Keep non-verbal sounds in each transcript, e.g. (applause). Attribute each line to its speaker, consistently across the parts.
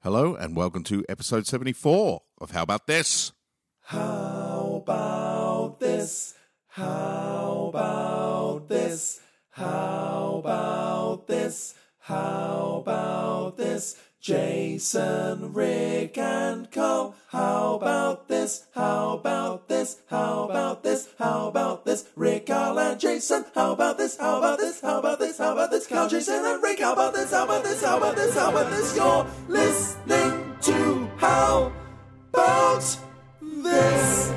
Speaker 1: Hello and welcome to episode 74 of How About This?
Speaker 2: How about this? How about this? How about this? How about this? Jason, Rick, and Cole. How about this? How about this? How about this? How about this? Rick, Carl, and Jason. How about this? How about this? How about this? How about this? Carl, Jason, and Rick. How about this? How about this? How about this? How about this? You're listening to How About This.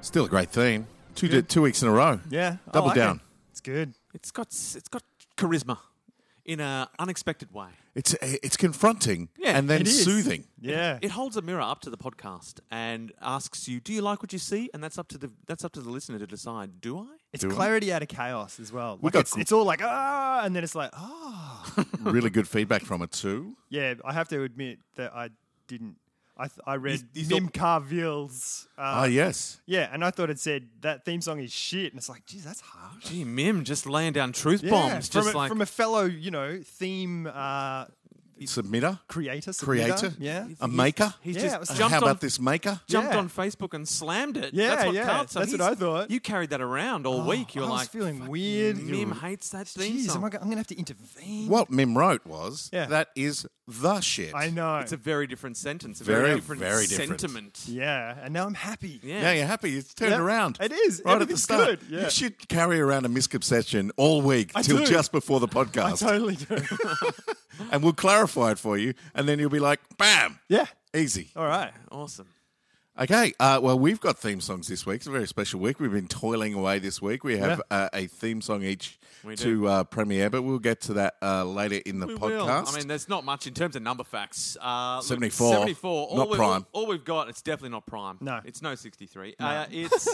Speaker 1: Still a great theme. Two, two weeks in a row.
Speaker 3: Yeah, I
Speaker 1: Double
Speaker 3: like
Speaker 1: down.
Speaker 3: it. It's good.
Speaker 4: It's got it's got charisma in an
Speaker 3: (laughs)
Speaker 4: unexpected way.
Speaker 1: It's it's confronting
Speaker 4: Yeah,
Speaker 1: and then
Speaker 4: it is.
Speaker 1: soothing.
Speaker 3: Yeah,
Speaker 4: It holds a mirror up to the podcast and asks you, "Do you like what you see?" And that's up to the that's up to the listener to decide. Do I?
Speaker 3: it's clarity out of chaos as well. Like
Speaker 1: got
Speaker 3: it's,
Speaker 1: gr-
Speaker 3: it's all like ah, and then it's like ah.
Speaker 1: really good feedback from it too.
Speaker 3: Yeah, I have to admit that I didn't. I th- I read
Speaker 4: you
Speaker 3: Nim
Speaker 4: thought-
Speaker 3: Carville's.
Speaker 1: Ah,
Speaker 3: Uh,
Speaker 1: yes.
Speaker 3: yeah, and I thought it said that theme song is shit, and it's like, geez, that's harsh.
Speaker 4: Gee, Mim just laying down truth
Speaker 3: Yeah,
Speaker 4: bombs,
Speaker 3: from
Speaker 4: just
Speaker 3: a,
Speaker 4: like
Speaker 3: from a fellow, you know, theme uh,
Speaker 1: Submitter,
Speaker 3: creator, submitter.
Speaker 1: creator,
Speaker 3: Yeah, Oh,
Speaker 1: a maker.
Speaker 4: he's
Speaker 3: Yeah, it was-
Speaker 4: just jumped
Speaker 1: How
Speaker 4: on,
Speaker 1: about this maker?
Speaker 4: Jumped
Speaker 3: Yeah.
Speaker 4: on Facebook and slammed it.
Speaker 3: Yeah,
Speaker 4: that's what
Speaker 3: yeah,
Speaker 4: Carl said.
Speaker 3: that's what
Speaker 4: He's-
Speaker 3: I thought. Oh,
Speaker 4: You carried that around all week. You're
Speaker 3: I was
Speaker 4: like
Speaker 3: feeling
Speaker 4: "Fuck,
Speaker 3: weird.
Speaker 4: Mim hates that theme
Speaker 3: Jeez,
Speaker 4: song.
Speaker 3: am I, go- I'm going to have to intervene.
Speaker 1: What Mim wrote was
Speaker 3: Yeah.
Speaker 1: that is the shit.
Speaker 3: I know.
Speaker 4: it's a very different sentence. A
Speaker 1: Very,
Speaker 4: very different
Speaker 1: very different.
Speaker 4: sentiment.
Speaker 3: yeah, and now I'm happy.
Speaker 4: Yeah.
Speaker 1: Now you're happy. It's turned
Speaker 3: Yeah,
Speaker 1: around.
Speaker 3: it is.
Speaker 1: right at the
Speaker 3: Everything's
Speaker 1: start.
Speaker 3: good, yeah.
Speaker 1: You should carry around a misconception all week
Speaker 3: I
Speaker 1: till
Speaker 3: do.
Speaker 1: just before the
Speaker 3: (laughs) I
Speaker 1: (laughs) podcast,
Speaker 3: totally do.
Speaker 1: and we'll clarify it for you, and then you'll be like, bam,
Speaker 3: (laughs) yeah.
Speaker 1: easy.
Speaker 3: All right.
Speaker 4: Awesome.
Speaker 1: Okay, uh, well, we've got theme songs this week. It's a very special week. We've been toiling away this week. We have uh, a theme song each
Speaker 4: We do.
Speaker 1: to uh, premiere, but we'll get to that uh, later in the
Speaker 4: We will.
Speaker 1: podcast.
Speaker 4: I mean, there's not much in terms of number facts. Uh, look,
Speaker 1: 74.
Speaker 4: 74. All
Speaker 1: Not
Speaker 4: we-
Speaker 1: prime.
Speaker 4: All, all we've got, it's definitely not prime.
Speaker 3: No.
Speaker 4: It's no 63. Uh,
Speaker 3: (laughs)
Speaker 4: it's.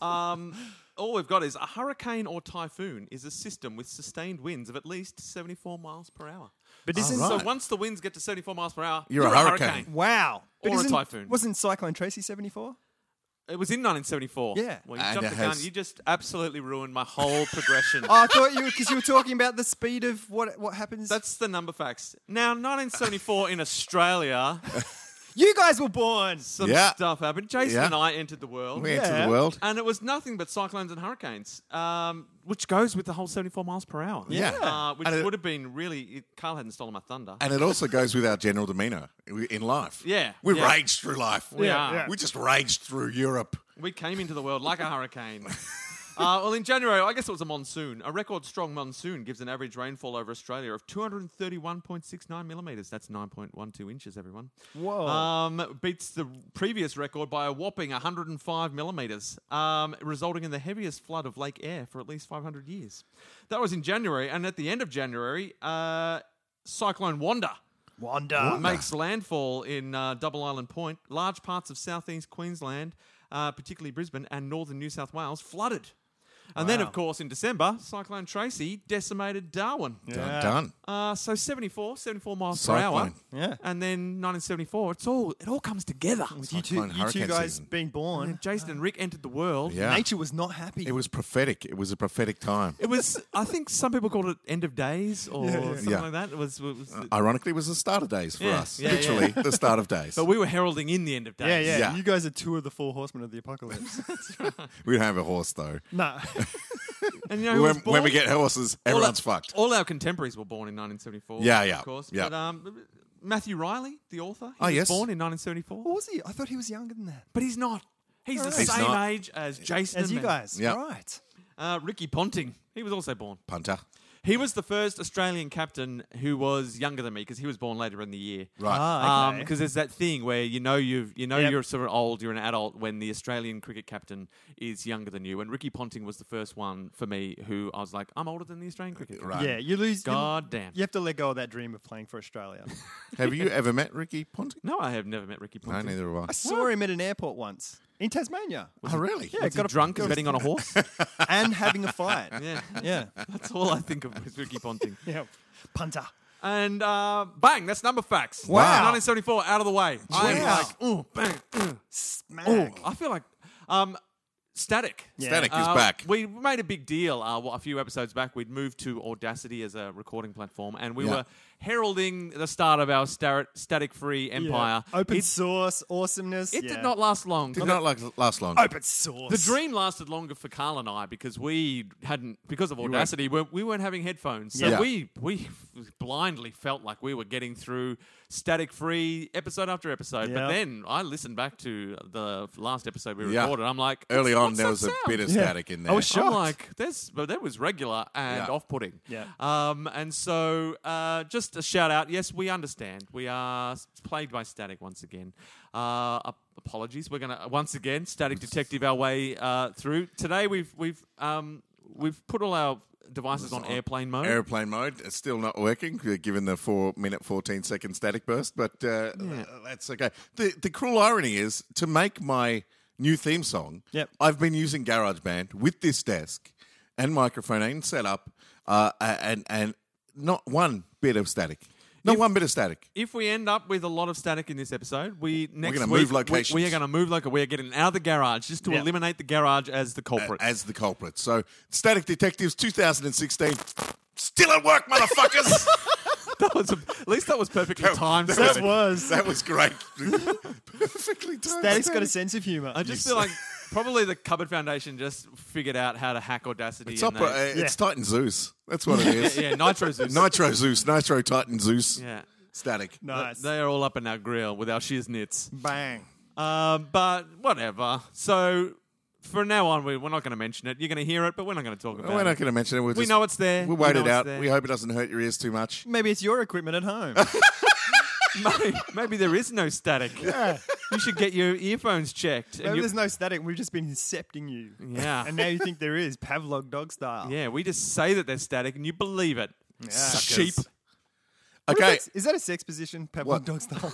Speaker 4: um, all we've got is a hurricane or typhoon is a system with sustained winds of at least 74 miles per hour.
Speaker 3: But isn't
Speaker 1: right.
Speaker 4: So once the winds get to 74 miles per hour,
Speaker 1: You're a hurricane.
Speaker 3: Wow. But
Speaker 4: Or a
Speaker 3: isn't-
Speaker 4: typhoon.
Speaker 3: Wasn't Cyclone Tracy 74?
Speaker 4: It was in 1974.
Speaker 3: Yeah.
Speaker 4: Well, you
Speaker 1: And
Speaker 4: jumped
Speaker 1: it
Speaker 4: the gun.
Speaker 1: has-
Speaker 4: You just absolutely ruined
Speaker 1: (laughs)
Speaker 4: my whole progression.
Speaker 3: Oh, I thought you because you were talking about the speed of what what happens.
Speaker 4: That's the number facts. Now, 1974
Speaker 1: (laughs)
Speaker 4: in Australia,
Speaker 3: you guys were born.
Speaker 4: some
Speaker 1: Yeah.
Speaker 4: stuff happened. Jason
Speaker 1: Yeah.
Speaker 4: and I entered the world.
Speaker 1: we enter
Speaker 3: yeah.
Speaker 1: the world.
Speaker 4: and it was nothing but cyclones and hurricanes, um, which goes with the whole 74 miles per hour.
Speaker 1: Yeah.
Speaker 4: Uh, which
Speaker 1: And it-
Speaker 4: would have been really. It, Carl hadn't stolen my thunder.
Speaker 1: And it also goes with our general demeanor in life.
Speaker 4: Yeah,
Speaker 1: We
Speaker 4: yeah.
Speaker 1: raged through life.
Speaker 4: We Yeah, are.
Speaker 3: yeah.
Speaker 1: We just raged through Europe.
Speaker 4: we came into the world like a hurricane. (laughs) Uh, well, in January, I guess it was a monsoon. A record strong monsoon gives an average rainfall over Australia of 231.69 millimetres. That's 9.12 inches, everyone.
Speaker 3: Whoa.
Speaker 4: Um, beats the previous record by a whopping 105 millimetres, um, resulting in the heaviest flood of Lake Eyre for at least 500 years. That was in January, and at the end of January, uh, Cyclone Wanda
Speaker 3: Wanda.
Speaker 4: makes landfall in uh, Double Island Point. Large parts of southeast Queensland, uh, particularly Brisbane and northern New South Wales, flooded. And then, of course, in December, Cyclone Tracy decimated Darwin.
Speaker 1: Done. done.
Speaker 4: Uh, so 74, 74 miles per hour.
Speaker 1: Cyclone.
Speaker 3: Yeah.
Speaker 4: And then 1974, it's all it all comes together.
Speaker 3: You two,
Speaker 1: Cyclone
Speaker 3: you two
Speaker 1: hurricane
Speaker 3: guys
Speaker 1: season.
Speaker 3: being born.
Speaker 4: Jason and Rick entered the world.
Speaker 1: Yeah.
Speaker 3: Nature was not happy.
Speaker 1: It was prophetic. It was a prophetic time.
Speaker 4: It was, I think some people called it end of days or something
Speaker 1: Yeah. Uh,
Speaker 4: like that. It was, it was
Speaker 1: Ironically, it was the start of days for
Speaker 4: Yeah,
Speaker 1: us.
Speaker 4: yeah, yeah.
Speaker 1: Literally, the start of days.
Speaker 4: but we were heralding in the end of days.
Speaker 3: yeah, yeah,
Speaker 1: Yeah.
Speaker 3: You guys are two of the four horsemen of the apocalypse.
Speaker 1: we don't have a horse, though.
Speaker 3: nah.
Speaker 4: And you know, who was
Speaker 1: When, when we
Speaker 4: born?
Speaker 1: get horses,
Speaker 4: All
Speaker 1: everyone's
Speaker 4: our,
Speaker 1: fucked.
Speaker 4: All our contemporaries were born in 1974.
Speaker 1: Yeah, yeah,
Speaker 4: Of course.
Speaker 1: yeah.
Speaker 4: But, um, Matthew Riley, the author, he
Speaker 1: Oh,
Speaker 4: was
Speaker 1: yes.
Speaker 4: born in
Speaker 3: (laughs)
Speaker 4: 1974.
Speaker 3: What was he? I thought he was younger than that.
Speaker 4: But he's not. He's the
Speaker 1: He's
Speaker 4: same
Speaker 1: not.
Speaker 4: age as Jason.
Speaker 3: As you
Speaker 4: and-
Speaker 3: guys.
Speaker 1: Yeah.
Speaker 3: Right.
Speaker 4: Uh, Ricky Ponting, he was also born.
Speaker 1: Punter.
Speaker 4: He was the first Australian captain who was younger than me because he was born later in the year.
Speaker 1: Right.
Speaker 3: Ah, okay.
Speaker 4: Because there's that thing where you know you've you know
Speaker 3: Yep.
Speaker 4: you're sort of old, you're an adult when the Australian cricket captain is younger than you. And Ricky Ponting was the first one for me who I was like, I'm older than the Australian cricket. captain.
Speaker 1: Right.
Speaker 3: yeah, you lose. you-
Speaker 4: God damn.
Speaker 3: You have to let go of that dream of playing for Australia.
Speaker 1: Have you ever met Ricky Ponting?
Speaker 4: No, I have never met Ricky
Speaker 1: No,
Speaker 4: Ponting.
Speaker 1: neither have
Speaker 3: I saw him at an airport once in Tasmania.
Speaker 1: I. Oh, really?
Speaker 3: Yeah,
Speaker 4: Was he
Speaker 3: got a
Speaker 4: drunk and betting on a horse?
Speaker 3: and having a fight.
Speaker 1: (laughs)
Speaker 4: yeah.
Speaker 3: Yeah.
Speaker 4: That's all I think of with Ricky Ponting.
Speaker 3: (laughs) Yeah. Punter.
Speaker 4: And uh, bang, that's number facts.
Speaker 3: Wow.
Speaker 4: 1974, out of the way. I'm
Speaker 3: Wow.
Speaker 4: like, ooh, bang, ooh,
Speaker 3: Smack.
Speaker 4: ooh. I feel like. Um, Static.
Speaker 3: Yeah.
Speaker 1: Static is
Speaker 4: Uh,
Speaker 1: back.
Speaker 4: We made a big deal uh, well, a few episodes back. We'd moved to Audacity as a recording platform, and we
Speaker 1: Yeah.
Speaker 4: were heralding the start of our star- static-free empire.
Speaker 3: Yeah. Open
Speaker 4: it
Speaker 3: source awesomeness.
Speaker 4: it
Speaker 3: yeah.
Speaker 4: did not last long.
Speaker 1: Did not like last long.
Speaker 3: open source.
Speaker 4: The dream lasted longer for Carl and I because we hadn't, because of
Speaker 1: weren't-
Speaker 4: Audacity, we we weren't having headphones. So
Speaker 1: Yeah.
Speaker 4: we, we blindly felt like we were getting through static free episode after episode.
Speaker 3: Yeah.
Speaker 4: But then I listened back to the last episode we
Speaker 1: Yeah.
Speaker 4: recorded. I'm like,
Speaker 1: Early
Speaker 4: "What's-
Speaker 1: on,
Speaker 4: what's
Speaker 1: there
Speaker 4: that
Speaker 1: was a
Speaker 4: sound?" Oh,
Speaker 1: bit of
Speaker 3: Yeah.
Speaker 1: static in
Speaker 3: I
Speaker 1: there.
Speaker 3: was shocked.
Speaker 4: I'm like, there's, but that was regular and
Speaker 1: Yeah.
Speaker 4: off-putting.
Speaker 3: Yeah.
Speaker 4: Um, and so, uh, just a shout out. Yes, we understand. We are s- plagued by static once again. Uh, ap- apologies. We're gonna once again static detective our way uh, through. Today we've we've um, we've put all our devices on airplane mode.
Speaker 1: Airplane mode, it's still not working, uh, given the four minute, 14 second static burst, but uh, uh, that's okay. The, the cruel irony is to make my new theme song,
Speaker 3: Yep.
Speaker 1: I've been using GarageBand with this desk and microphone and setup, uh, and, and not one bit of static. Not one bit of static.
Speaker 4: if we end up with a lot of static in this episode, we next
Speaker 1: gonna
Speaker 4: week
Speaker 1: move
Speaker 4: we-
Speaker 1: locations.
Speaker 4: We, are going to move loca. We are getting out of the garage just to
Speaker 3: Yeah.
Speaker 4: eliminate the garage as the culprit.
Speaker 1: As the culprit. So, Static Detectives 2016. Still at work,
Speaker 4: (laughs)
Speaker 1: motherfuckers!
Speaker 4: (laughs) that was a, at least that was perfectly timed.
Speaker 1: that
Speaker 4: So-
Speaker 3: that
Speaker 4: (laughs)
Speaker 3: was.
Speaker 1: that was great. Perfectly timed.
Speaker 3: Static's got a sense of humor.
Speaker 4: I
Speaker 1: (laughs)
Speaker 4: just feel like probably the Cupboard Foundation just figured out how to hack Audacity.
Speaker 1: It's,
Speaker 4: and
Speaker 1: opera, uh,
Speaker 4: they-
Speaker 1: it's Titan Zeus. That's what it is.
Speaker 4: (laughs) yeah, Nitro Zeus.
Speaker 1: Nitro Zeus, Nitro Titan Zeus.
Speaker 4: yeah.
Speaker 1: Static.
Speaker 3: nice.
Speaker 4: They are all up in our grill with our shiz knits.
Speaker 3: Bang.
Speaker 4: Um, but whatever. So from now on, we, we're not going to mention it. You're going to hear it, but we're not going to talk about
Speaker 1: We're
Speaker 4: it.
Speaker 1: not going to mention it. We'll
Speaker 4: We
Speaker 1: just-
Speaker 4: know it's there.
Speaker 1: We'll
Speaker 4: We
Speaker 1: wait
Speaker 4: know
Speaker 1: it
Speaker 4: it's
Speaker 1: out.
Speaker 4: there. (laughs)
Speaker 1: We hope it doesn't hurt your ears too much.
Speaker 3: Maybe it's your equipment at (laughs) home.
Speaker 4: maybe, maybe there is no static.
Speaker 1: (laughs)
Speaker 4: You should get your earphones checked. and
Speaker 3: Maybe
Speaker 4: you-
Speaker 3: there's no static. We've just been incepting you.
Speaker 4: Yeah.
Speaker 3: And now you think there is Pavlov dog style.
Speaker 4: yeah, we just say that they're static and you believe it. Sheep.
Speaker 3: What if
Speaker 1: Okay.
Speaker 3: it's- Is that a sex position? Pavlov
Speaker 1: What?
Speaker 3: dog style.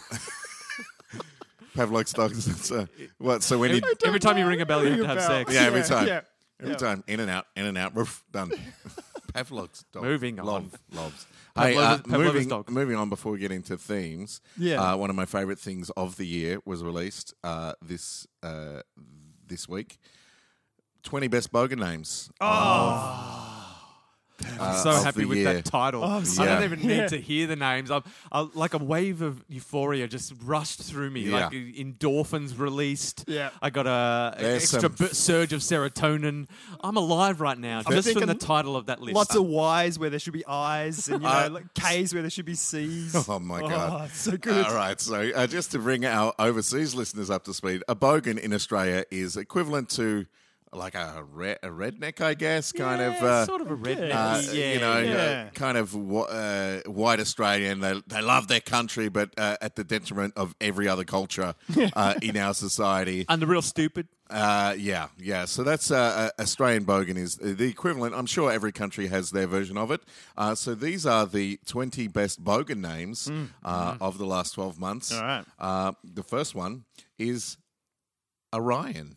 Speaker 1: Pavlov's dogs. It's,
Speaker 4: (laughs)
Speaker 1: uh, what? (laughs) So when you.
Speaker 4: Every, (laughs) every time you ring a bell, you have
Speaker 3: Ring
Speaker 4: to
Speaker 3: a
Speaker 4: have
Speaker 3: bell.
Speaker 4: sex.
Speaker 1: Yeah, every
Speaker 3: Yeah,
Speaker 1: time.
Speaker 3: yeah,
Speaker 1: Every
Speaker 3: yeah.
Speaker 1: time. In and out, in and out. Woof, done. (laughs) Pavlov's dogs.
Speaker 4: Moving on.
Speaker 1: Love, loves. Hey, uh,
Speaker 4: Pavlov's- Pavlov's
Speaker 1: moving,
Speaker 4: dogs.
Speaker 1: moving on before we get into themes.
Speaker 3: Yeah.
Speaker 1: Uh, one of my favorite things of the year was released uh, this uh, this week. 20 best bogan names. uh,
Speaker 4: I'm so
Speaker 1: of
Speaker 4: happy
Speaker 1: the
Speaker 4: with
Speaker 1: year.
Speaker 4: that title.
Speaker 3: Oh, I'm
Speaker 4: I
Speaker 1: sorry.
Speaker 4: don't even need
Speaker 3: Yeah.
Speaker 4: to hear the names. I'm, I, like a wave of euphoria just rushed through me.
Speaker 1: Yeah.
Speaker 4: Like endorphins released.
Speaker 3: Yeah.
Speaker 4: I got a, a
Speaker 1: There's
Speaker 4: extra
Speaker 1: some-
Speaker 4: bu- surge of serotonin. I'm alive right now just from
Speaker 3: thinking
Speaker 4: the title of that list.
Speaker 3: Lots of Y's where there should be I's, and you know,
Speaker 1: Uh,
Speaker 3: like K's where there should be C's.
Speaker 1: (laughs) Oh my god!
Speaker 3: it's so good.
Speaker 1: All right, so uh, just to bring our overseas listeners up to speed, a bogan in Australia is equivalent to like a, re- a redneck, I guess, kind
Speaker 4: yeah,
Speaker 1: of. Uh,
Speaker 4: sort of a redneck.
Speaker 1: uh,
Speaker 4: yeah,
Speaker 1: you know,
Speaker 3: yeah.
Speaker 1: uh, kind of wh- uh, white Australian. They they love their country, but uh, at the detriment of every other
Speaker 3: (laughs)
Speaker 1: culture uh, in our society.
Speaker 4: and the real stupid.
Speaker 1: Uh, yeah, yeah. So that's uh, uh, Australian bogan is the equivalent. I'm sure every country has their version of it. Uh, so these are the 20 best bogan names uh, of the last 12 months.
Speaker 3: Mm, mm-hmm. All right.
Speaker 1: Uh, the first one is Orion.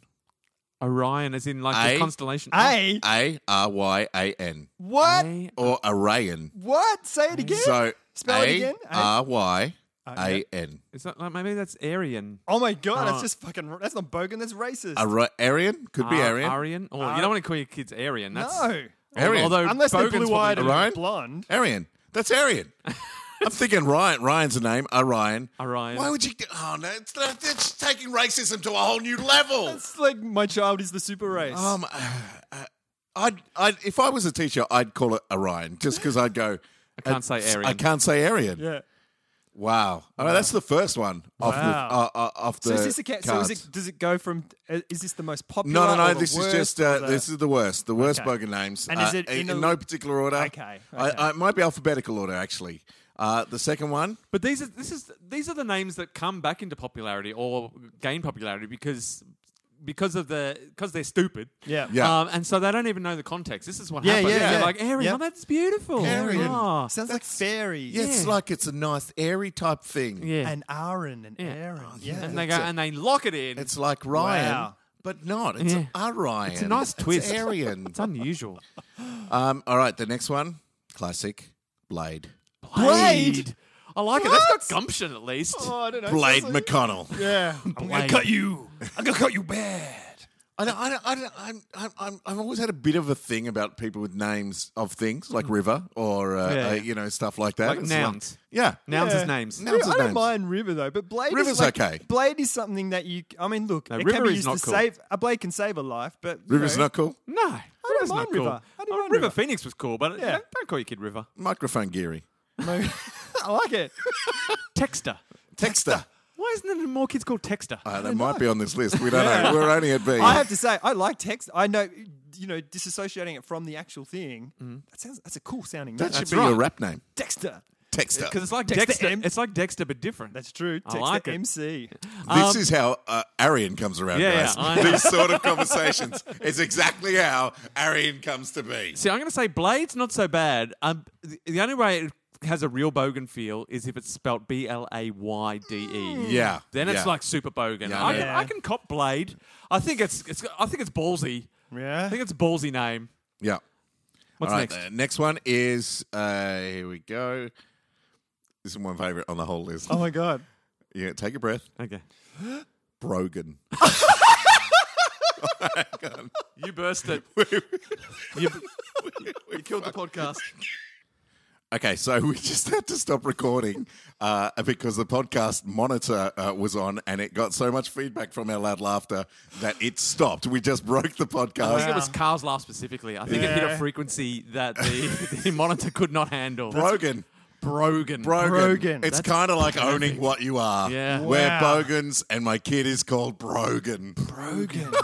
Speaker 4: Orion, as in like
Speaker 1: A-
Speaker 4: the constellation.
Speaker 3: A.
Speaker 1: A R Y A N
Speaker 3: What?
Speaker 4: A-
Speaker 1: or Orion.
Speaker 3: What? Say it again.
Speaker 1: So
Speaker 3: Spell it again. Uh,
Speaker 1: A R Y
Speaker 3: yeah.
Speaker 1: A N.
Speaker 4: Is that like maybe that's Aryan?
Speaker 3: oh my god,
Speaker 4: Oh.
Speaker 3: that's just fucking. That's not bogan. That's racist.
Speaker 1: Ari- Arian could be
Speaker 4: Ar-
Speaker 1: Arian.
Speaker 4: Aryan. Oh, you don't want to call your kids Aryan. That's
Speaker 3: Uh, no,
Speaker 1: Aryan.
Speaker 4: Although
Speaker 3: unless they're
Speaker 4: Bogan's probably
Speaker 3: blue-eyed and
Speaker 1: not. Orion?
Speaker 3: blonde.
Speaker 1: Arian. That's Arian.
Speaker 3: (laughs)
Speaker 1: I'm thinking Ryan. Ryan's a name. Orion.
Speaker 4: Orion.
Speaker 1: Why would you? do- Oh no! It's, it's taking racism to a whole new level.
Speaker 3: It's like my child is the super race.
Speaker 1: Um, uh, I'd, I'd, if I was a teacher, I'd call it Orion, just because I'd go. I
Speaker 4: can't say Aryan."
Speaker 1: I can't say Arian.
Speaker 3: yeah.
Speaker 1: Wow. All right, that's the first one off
Speaker 3: Wow.
Speaker 1: the uh, uh, off the.
Speaker 3: So is this a cat? So is
Speaker 1: cards.
Speaker 3: it, does it go from? Uh, is this the most popular?
Speaker 1: No, no,
Speaker 3: or
Speaker 1: no.
Speaker 3: the
Speaker 1: This is
Speaker 3: worst
Speaker 1: just
Speaker 3: or
Speaker 1: uh,
Speaker 3: the-
Speaker 1: this is the worst, the worst
Speaker 3: Okay.
Speaker 1: bugger names.
Speaker 3: And is
Speaker 1: uh,
Speaker 3: it
Speaker 1: in,
Speaker 3: in
Speaker 1: in
Speaker 3: a-
Speaker 1: no particular order?
Speaker 3: Okay, okay.
Speaker 1: I, I, it might be alphabetical order actually. Uh, the second one,
Speaker 4: But these are this is these are the names that come back into popularity or gain popularity because because of the because they're stupid.
Speaker 3: Yeah.
Speaker 1: Yeah.
Speaker 4: Um, and so they don't even know the context. This is what
Speaker 3: Yeah,
Speaker 4: happens.
Speaker 3: yeah,
Speaker 4: They're
Speaker 3: yeah.
Speaker 4: like Arian,
Speaker 3: Yeah.
Speaker 4: oh, that's beautiful.
Speaker 1: Arian.
Speaker 4: Ah.
Speaker 3: sounds like fairy.
Speaker 1: yeah, it's
Speaker 4: Yeah.
Speaker 1: like it's a nice airy type thing.
Speaker 4: Yeah.
Speaker 3: And Aaron and Aaron. yeah.
Speaker 4: And they go and they lock it in. It's,
Speaker 1: It's like Ryan,
Speaker 3: Wow.
Speaker 1: but not. It's
Speaker 4: Yeah.
Speaker 1: Orion.
Speaker 4: It's a nice twist.
Speaker 1: It's
Speaker 4: (laughs)
Speaker 1: Arian.
Speaker 4: unusual.
Speaker 1: um, all right, the next one, classic Blade.
Speaker 3: Blade?
Speaker 4: I like it.
Speaker 3: What?
Speaker 4: That's got gumption at least.
Speaker 3: Oh, I don't
Speaker 1: (laughs)
Speaker 3: know.
Speaker 1: Blade
Speaker 3: Sounds like-
Speaker 1: McConnell.
Speaker 3: Yeah. I'm
Speaker 4: Blade.
Speaker 3: you. I'm gonna cut you bad.
Speaker 1: I don't, I don't, I don't, I'm, I'm, I'm, I've always had a bit of a thing about people with names of things like river or uh,
Speaker 4: Yeah.
Speaker 1: uh, you know stuff like that.
Speaker 4: Like
Speaker 1: It's
Speaker 4: nouns.
Speaker 1: yeah,
Speaker 4: Nouns
Speaker 3: Yeah.
Speaker 4: as names.
Speaker 1: No. Bouncer's
Speaker 3: I don't
Speaker 1: names.
Speaker 3: mind River though, but Blade
Speaker 1: River's
Speaker 3: is like,
Speaker 1: okay.
Speaker 3: Blade is something that you. I mean, look,
Speaker 4: No,
Speaker 3: it
Speaker 4: River
Speaker 3: can be
Speaker 4: is
Speaker 3: used
Speaker 4: not
Speaker 3: to
Speaker 4: cool.
Speaker 3: save. A Blade can save a life, but you
Speaker 1: River's
Speaker 3: know,
Speaker 1: not cool.
Speaker 4: No, River's not
Speaker 3: mind
Speaker 4: cool.
Speaker 3: River. I don't
Speaker 4: Oh,
Speaker 3: mind
Speaker 4: River
Speaker 3: River.
Speaker 4: Phoenix was cool, but
Speaker 3: Yeah.
Speaker 4: yeah. don't call your kid River.
Speaker 1: Microphone Geary,
Speaker 3: (laughs) I like
Speaker 4: (laughs)
Speaker 3: it.
Speaker 4: Texter.
Speaker 1: Texter.
Speaker 4: Why isn't there more kids called Texter?
Speaker 1: Uh, that might be on this list. We don't know. We're only at B.
Speaker 3: I have to say, I like text. I know, you know, disassociating it from the actual thing.
Speaker 4: Mm.
Speaker 3: That sounds. That's a cool sounding name.
Speaker 1: that should
Speaker 4: That's
Speaker 1: be
Speaker 4: right.
Speaker 1: your rap name,
Speaker 3: Dexter.
Speaker 1: Texter.
Speaker 4: Because it's like
Speaker 3: Dexter
Speaker 4: Dexter.
Speaker 3: M.
Speaker 4: It's like Dexter, but different.
Speaker 3: That's true.
Speaker 4: I
Speaker 3: Dexter
Speaker 4: like it. (laughs)
Speaker 3: MC.
Speaker 1: This is how uh, Arian comes around,
Speaker 4: um, Yeah,
Speaker 1: guys.
Speaker 4: yeah, I know.
Speaker 1: These sort of conversations is exactly how Arian comes to be.
Speaker 4: See, I'm going to say Blade's not so bad. Um, the, the only way it has a real bogan feel is if it's spelt B L A Y D E.
Speaker 1: Yeah,
Speaker 4: Then it's
Speaker 1: Mm. yeah.
Speaker 4: like super bogan.
Speaker 1: Yeah, I
Speaker 4: I,
Speaker 1: know.
Speaker 4: can, I can cop Blade. I think it's, it's I think it's ballsy.
Speaker 3: Yeah.
Speaker 4: I think it's a ballsy name.
Speaker 1: Yeah.
Speaker 4: What's
Speaker 1: All right,
Speaker 4: next?
Speaker 1: uh, next one is uh, here we go. This is my favorite on the whole list.
Speaker 3: Oh
Speaker 4: Oh.
Speaker 3: my god.
Speaker 1: Yeah, take a breath.
Speaker 4: Okay.
Speaker 1: Brogan.
Speaker 4: (laughs) You
Speaker 3: (laughs)
Speaker 4: burst it. (laughs) you, you killed the podcast.
Speaker 1: Okay, so (laughs) we just had to stop recording uh, because the podcast monitor uh, was on and it got so much feedback from our loud laughter that it stopped. We just broke the
Speaker 4: I think
Speaker 1: podcast.
Speaker 4: it was Carl's laugh specifically. I think it hit a frequency
Speaker 1: (laughs)
Speaker 4: that the, the monitor could not handle.
Speaker 1: Brogan.
Speaker 4: Brogan.
Speaker 1: Brogan.
Speaker 3: Brogan.
Speaker 1: It's
Speaker 4: That's
Speaker 1: kind of like owning what you are.
Speaker 4: Yeah.
Speaker 1: We're
Speaker 3: Wow.
Speaker 1: Bogans and my kid is called Brogan.
Speaker 3: Brogan.
Speaker 4: (laughs)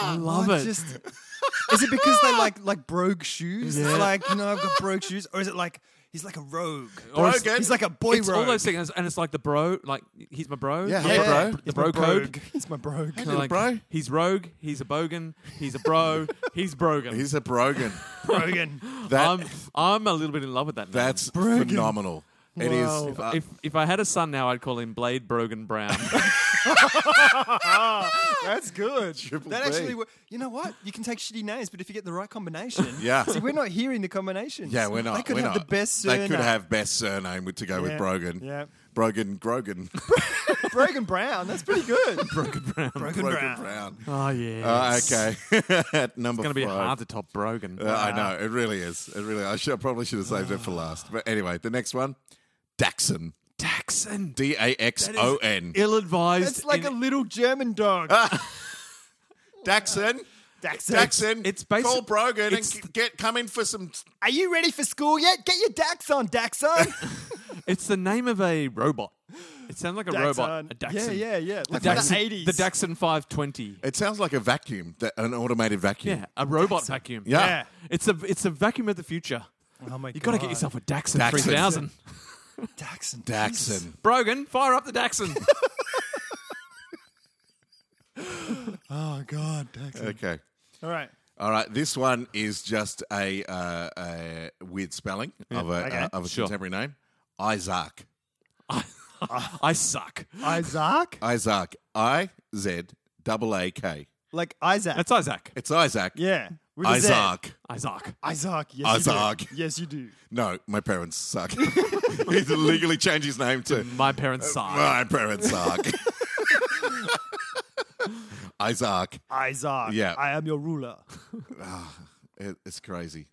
Speaker 4: I love it.
Speaker 3: Just, is it because they like like brogue shoes? It's Like you know, I've got brogue shoes, or is it like he's like a rogue? Or is-
Speaker 1: Brogan.
Speaker 3: He's like a boy
Speaker 4: it's
Speaker 3: rogue.
Speaker 4: all those things, and it's like the bro, like he's my bro,
Speaker 1: Yeah,
Speaker 4: my
Speaker 1: hey,
Speaker 4: bro,
Speaker 1: bro.
Speaker 4: the bro code.
Speaker 3: He's my brogue.
Speaker 4: Kinda (laughs)
Speaker 1: Little bro.
Speaker 4: He's rogue. He's a bogan. He's
Speaker 1: (laughs)
Speaker 4: a bro. he's brogan.
Speaker 1: He's a
Speaker 3: (laughs)
Speaker 1: Brogan.
Speaker 3: Brogan.
Speaker 1: That,
Speaker 4: I'm I'm a little bit in love with that. Name.
Speaker 1: that's phenomenal. It is.
Speaker 3: Wow.
Speaker 1: uh,
Speaker 4: If if I had a son now, I'd call him Blade Brogan
Speaker 1: (laughs)
Speaker 4: Brown.
Speaker 3: That's good.
Speaker 1: Triple
Speaker 3: that
Speaker 1: B.
Speaker 3: actually, wo- you know what? You can take shitty names, but if you get the right combination,
Speaker 1: Yeah.
Speaker 3: See, we're not hearing the combinations.
Speaker 1: Yeah, we're not.
Speaker 3: They could
Speaker 1: we're
Speaker 3: have
Speaker 1: not.
Speaker 3: the best surname.
Speaker 1: They could have best surname with- to go
Speaker 3: Yeah,
Speaker 1: with Brogan.
Speaker 3: yeah.
Speaker 1: Brogan Grogan.
Speaker 3: Brogan Brown. That's pretty good.
Speaker 4: brogan Brown.
Speaker 3: (laughs) Brogan,
Speaker 1: Brogan
Speaker 3: Brown.
Speaker 1: Brown.
Speaker 4: Oh yeah. (laughs)
Speaker 1: Uh, okay. (laughs) At number
Speaker 4: It's gonna be
Speaker 1: five.
Speaker 4: hard to top Brogan.
Speaker 1: Uh, I know it really is. It really. I should I probably should have saved it for last. But anyway, the next one, Daxon.
Speaker 4: Daxon.
Speaker 1: D A X O N.
Speaker 4: Ill-advised.
Speaker 3: It's like
Speaker 4: in-
Speaker 3: a little German dog.
Speaker 1: Daxon.
Speaker 3: Daxon.
Speaker 1: Daxon.
Speaker 4: It's basi-
Speaker 1: call Brogan and
Speaker 4: it's-
Speaker 1: g- get come in for some.
Speaker 3: Are you ready for school yet? Get your Dax on,
Speaker 4: (laughs)
Speaker 3: Daxon.
Speaker 4: It's the name of a robot. It sounds like a robot. A Daxon.
Speaker 3: Yeah, yeah, yeah. Like
Speaker 4: Daxon,
Speaker 3: the 80s.
Speaker 4: The Daxon 520.
Speaker 1: It sounds like a vacuum, that- an automated vacuum.
Speaker 4: Yeah, a robot vacuum.
Speaker 1: Yeah.
Speaker 3: Yeah.
Speaker 4: It's a it's a vacuum of the future.
Speaker 3: Oh my
Speaker 4: Ah. You got to get yourself a Daxon,
Speaker 1: Daxon. (laughs)
Speaker 4: 3000.
Speaker 3: Daxon. Jesus.
Speaker 1: Daxon.
Speaker 4: Brogan, fire up the
Speaker 1: (laughs)
Speaker 4: Daxon.
Speaker 3: Oh god, Daxon.
Speaker 1: Okay.
Speaker 4: Uh,
Speaker 3: All right.
Speaker 1: All right, this one is just a, uh, a weird spelling of a,
Speaker 3: okay.
Speaker 1: uh, of a
Speaker 4: Sure.
Speaker 1: contemporary name. Isaac.
Speaker 4: I suck. (laughs) Uh,
Speaker 3: Isaac?
Speaker 1: Isaac. I Z double A K.
Speaker 3: Like Isaac.
Speaker 4: That's Isaac.
Speaker 1: It's Isaac.
Speaker 3: yeah. With a Z.
Speaker 1: Isaac.
Speaker 4: Isaac.
Speaker 3: Isaac. Yes, You
Speaker 1: Isaac.
Speaker 3: do. Yes, you do.
Speaker 1: No, my parents suck. (laughs) He's legally changed his name to
Speaker 4: My
Speaker 3: Uh,
Speaker 4: parents suck.
Speaker 1: My parents suck. (laughs) Isaac.
Speaker 3: Isaac.
Speaker 1: Yeah.
Speaker 3: I am your ruler.
Speaker 1: It, it's crazy.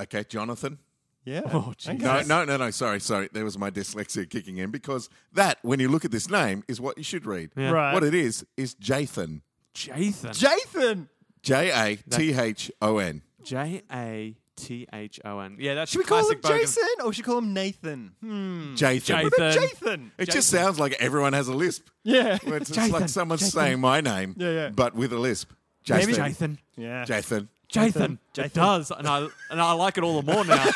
Speaker 1: Okay, Jonathan.
Speaker 3: Yeah.
Speaker 4: Oh, jeez.
Speaker 1: No,
Speaker 3: Okay.
Speaker 1: no, no, no. Sorry, sorry. There was my dyslexia kicking in because that, when you look at this name, is what you should read.
Speaker 4: Yeah.
Speaker 3: Right.
Speaker 1: What it is is Jathan.
Speaker 4: Jathan.
Speaker 3: Jathan.
Speaker 1: J A T H O N.
Speaker 4: J A T H O N. Yeah, that's
Speaker 3: Should we call him
Speaker 4: classic Bogan.
Speaker 3: Jason or should we call him Nathan? Hmm.
Speaker 1: Jathan.
Speaker 4: Jathan.
Speaker 3: But Jathan.
Speaker 1: It just sounds like everyone has a lisp.
Speaker 4: (laughs)
Speaker 3: Yeah.
Speaker 1: Well, It's, it's
Speaker 4: Jathan.
Speaker 1: like someone's
Speaker 4: Jathan.
Speaker 1: saying my name,
Speaker 3: Yeah, yeah.
Speaker 1: but with a lisp.
Speaker 4: Maybe
Speaker 1: Jathan.
Speaker 4: Jathan.
Speaker 3: yeah.
Speaker 1: Jathan.
Speaker 4: Jathan.
Speaker 3: Jathan.
Speaker 4: It does, and I and I like it all the more now.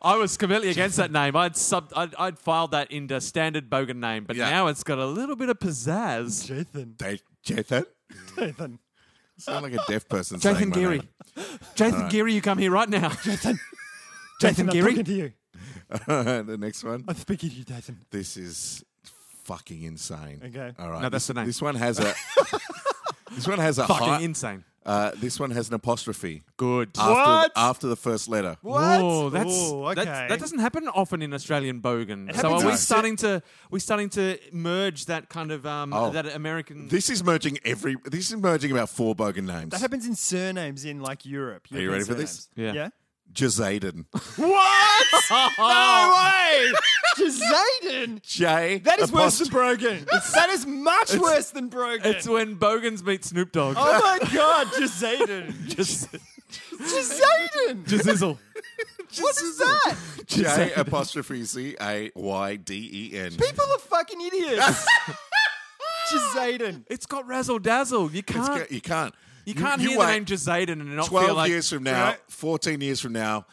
Speaker 3: (laughs)
Speaker 4: I was completely against that name. I'd sub, I'd, I'd filed that into standard bogan name, but
Speaker 1: Yeah.
Speaker 4: now it's got a little bit of pizzazz.
Speaker 3: Jathan.
Speaker 1: Ja- Jathan.
Speaker 3: Nathan.
Speaker 1: Sound like a deaf person saying
Speaker 4: Jathan
Speaker 1: my
Speaker 4: Geary.
Speaker 1: name.
Speaker 4: Jathan Geary, you come here right now. Jathan. Jathan
Speaker 3: I'm
Speaker 4: Geary.
Speaker 3: talking to you.
Speaker 1: (laughs) the next one.
Speaker 3: I'm speaking to you, Nathan.
Speaker 1: This is fucking insane.
Speaker 3: Okay.
Speaker 1: All right.
Speaker 4: No,
Speaker 1: this,
Speaker 4: that's the
Speaker 3: (laughs)
Speaker 4: name.
Speaker 1: This one has a. this one has a
Speaker 4: Fucking
Speaker 1: high.
Speaker 4: insane.
Speaker 1: Uh, this one has an apostrophe
Speaker 4: Good.
Speaker 1: after, after the first letter.
Speaker 3: What?
Speaker 4: Whoa, that's,
Speaker 3: Ooh,
Speaker 4: that's-
Speaker 3: okay.
Speaker 4: that doesn't happen often in Australian bogan.
Speaker 3: It
Speaker 4: So
Speaker 3: happens
Speaker 4: are we
Speaker 1: in-
Speaker 4: starting to we starting to merge that kind of um,
Speaker 1: Oh.
Speaker 4: that American
Speaker 1: This is merging every. This is merging about four bogan names.
Speaker 3: That happens in surnames in like Europe.
Speaker 1: Are you ready for this?
Speaker 4: Yeah.
Speaker 3: Yeah. (laughs)
Speaker 1: Jazaden.
Speaker 3: No way! Jazaden!
Speaker 1: J.
Speaker 3: That is worse than
Speaker 1: apostrophe-
Speaker 3: Brogan. (laughs) that is much worse than Brogan.
Speaker 4: It's when bogans meet Snoop Dogg.
Speaker 3: oh (laughs) my god, Jazaden. (laughs)
Speaker 4: (laughs) Just
Speaker 3: Jazaden!
Speaker 4: jizzle.
Speaker 3: what is that?
Speaker 1: J apostrophe C A Y D E N.
Speaker 3: People are fucking (laughs) idiots. Jazaden.
Speaker 4: It's got razzle dazzle. You
Speaker 1: It's
Speaker 4: can't
Speaker 1: ca- You can't.
Speaker 4: you can't hear the
Speaker 1: wait
Speaker 4: name Jazaden and not feel
Speaker 1: Twelve
Speaker 4: like
Speaker 1: years from now,
Speaker 3: Right.
Speaker 1: fourteen years from now,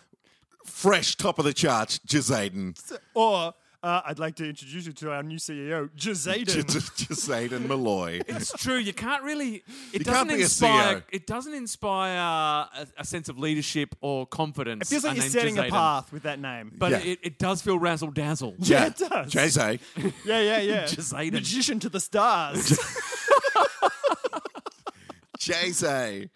Speaker 1: fresh top of the charts, Jazaden.
Speaker 3: Or uh, I'd like to introduce you to our new E CEO, Jazaden.
Speaker 1: Jazaden Malloy.
Speaker 4: It's true. You can't really. It
Speaker 1: You
Speaker 4: doesn't
Speaker 1: can't be a E
Speaker 4: inspire.
Speaker 1: CEO.
Speaker 4: It doesn't inspire a, a sense of leadership or confidence.
Speaker 3: It feels like
Speaker 4: a
Speaker 3: you're
Speaker 4: name
Speaker 3: setting a
Speaker 4: Jazaden.
Speaker 3: path with that name.
Speaker 4: but
Speaker 1: Yeah.
Speaker 4: it, it does feel razzle dazzle.
Speaker 3: yeah, it does.
Speaker 1: Jay-Z.
Speaker 3: yeah, yeah, yeah.
Speaker 4: Jazaden.
Speaker 3: Magician to
Speaker 1: (laughs)
Speaker 3: the stars.
Speaker 1: Jay-Z.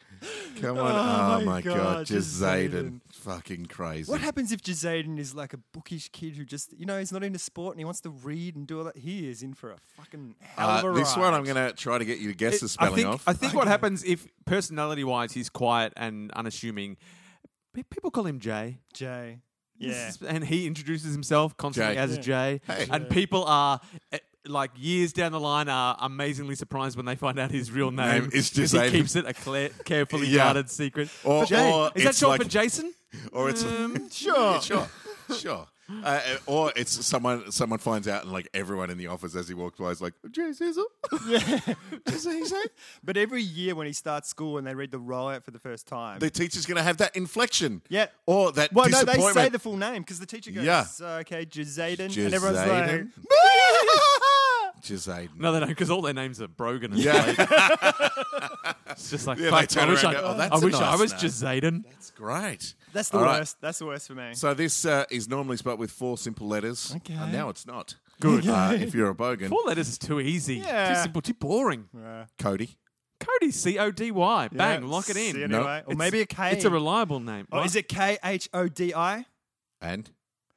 Speaker 1: Come on.
Speaker 3: Oh
Speaker 1: Oh,
Speaker 3: my
Speaker 1: my
Speaker 3: God,
Speaker 1: God.
Speaker 3: Jazaden.
Speaker 1: Jazaden. Fucking crazy.
Speaker 3: what happens if Jazaden is like a bookish kid who just, you know, he's not into sport and he wants to read and do all that? He is in for a fucking hell
Speaker 1: Uh,
Speaker 3: of a
Speaker 1: this
Speaker 3: ride.
Speaker 1: one I'm going to try to get you to guess the spelling
Speaker 4: I think,
Speaker 1: of.
Speaker 4: I think what happens if personality wise he's quiet and unassuming, pe- people call him Jay.
Speaker 3: Jay.
Speaker 4: This
Speaker 3: Yeah.
Speaker 4: is- and he introduces himself constantly
Speaker 1: Jay.
Speaker 4: as Jay.
Speaker 1: Hey.
Speaker 4: And people are. eh, Like years down the line, are amazingly surprised when they find out his real name.
Speaker 1: Name is
Speaker 4: (laughs) 'cause he
Speaker 1: Jazaden.
Speaker 4: keeps it a clear, carefully
Speaker 1: Yeah.
Speaker 4: guarded secret.
Speaker 1: Or-
Speaker 4: But Jay,
Speaker 1: or
Speaker 4: is that
Speaker 1: it's
Speaker 4: short
Speaker 1: like-
Speaker 4: for Jason?
Speaker 1: or it's
Speaker 4: Mm,
Speaker 1: (laughs)
Speaker 3: Sure.
Speaker 1: sure, sure. Uh, or it's someone someone finds out and like everyone in the office as he walks by is like Jay Sizzle. (laughs)
Speaker 3: But every year when he starts school and they read the rollout for the first time,
Speaker 1: The teacher's going to have that inflection.
Speaker 3: Yeah.
Speaker 1: Or that
Speaker 3: well, no,
Speaker 1: disappointment.
Speaker 3: they say the full name because the teacher goes,
Speaker 1: Yeah.
Speaker 3: "Okay, Jazaden," and everyone's like,
Speaker 1: Jazaden. (laughs)
Speaker 3: (laughs)
Speaker 1: Jazaden.
Speaker 4: No, they don't, because all their names are Brogan. And
Speaker 1: Yeah.
Speaker 4: Slade. it's just like,
Speaker 1: Yeah,
Speaker 4: fuck,
Speaker 1: they turn
Speaker 4: I wish, I,
Speaker 1: around and go, "Oh, that's
Speaker 4: I,
Speaker 1: a
Speaker 4: wish I
Speaker 1: nice
Speaker 4: was
Speaker 1: name."
Speaker 4: just Zayden.
Speaker 1: That's great.
Speaker 3: "That's the
Speaker 1: All right.
Speaker 3: worst. That's the worst for me."
Speaker 1: So this uh, is normally spelled with four simple letters.
Speaker 3: Okay.
Speaker 1: And now it's not. Good. Uh, if you're a bogan,
Speaker 4: Four letters is too easy.
Speaker 3: Yeah.
Speaker 4: Too simple, too boring.
Speaker 3: Yeah.
Speaker 1: Cody.
Speaker 4: Cody, C O D Y. Bang, lock it
Speaker 3: See
Speaker 4: in.
Speaker 1: No.
Speaker 3: anyway. Or maybe a K.
Speaker 4: It's a reliable name.
Speaker 3: oh,
Speaker 4: What?
Speaker 3: is it K H O D
Speaker 1: E
Speaker 3: I?
Speaker 1: And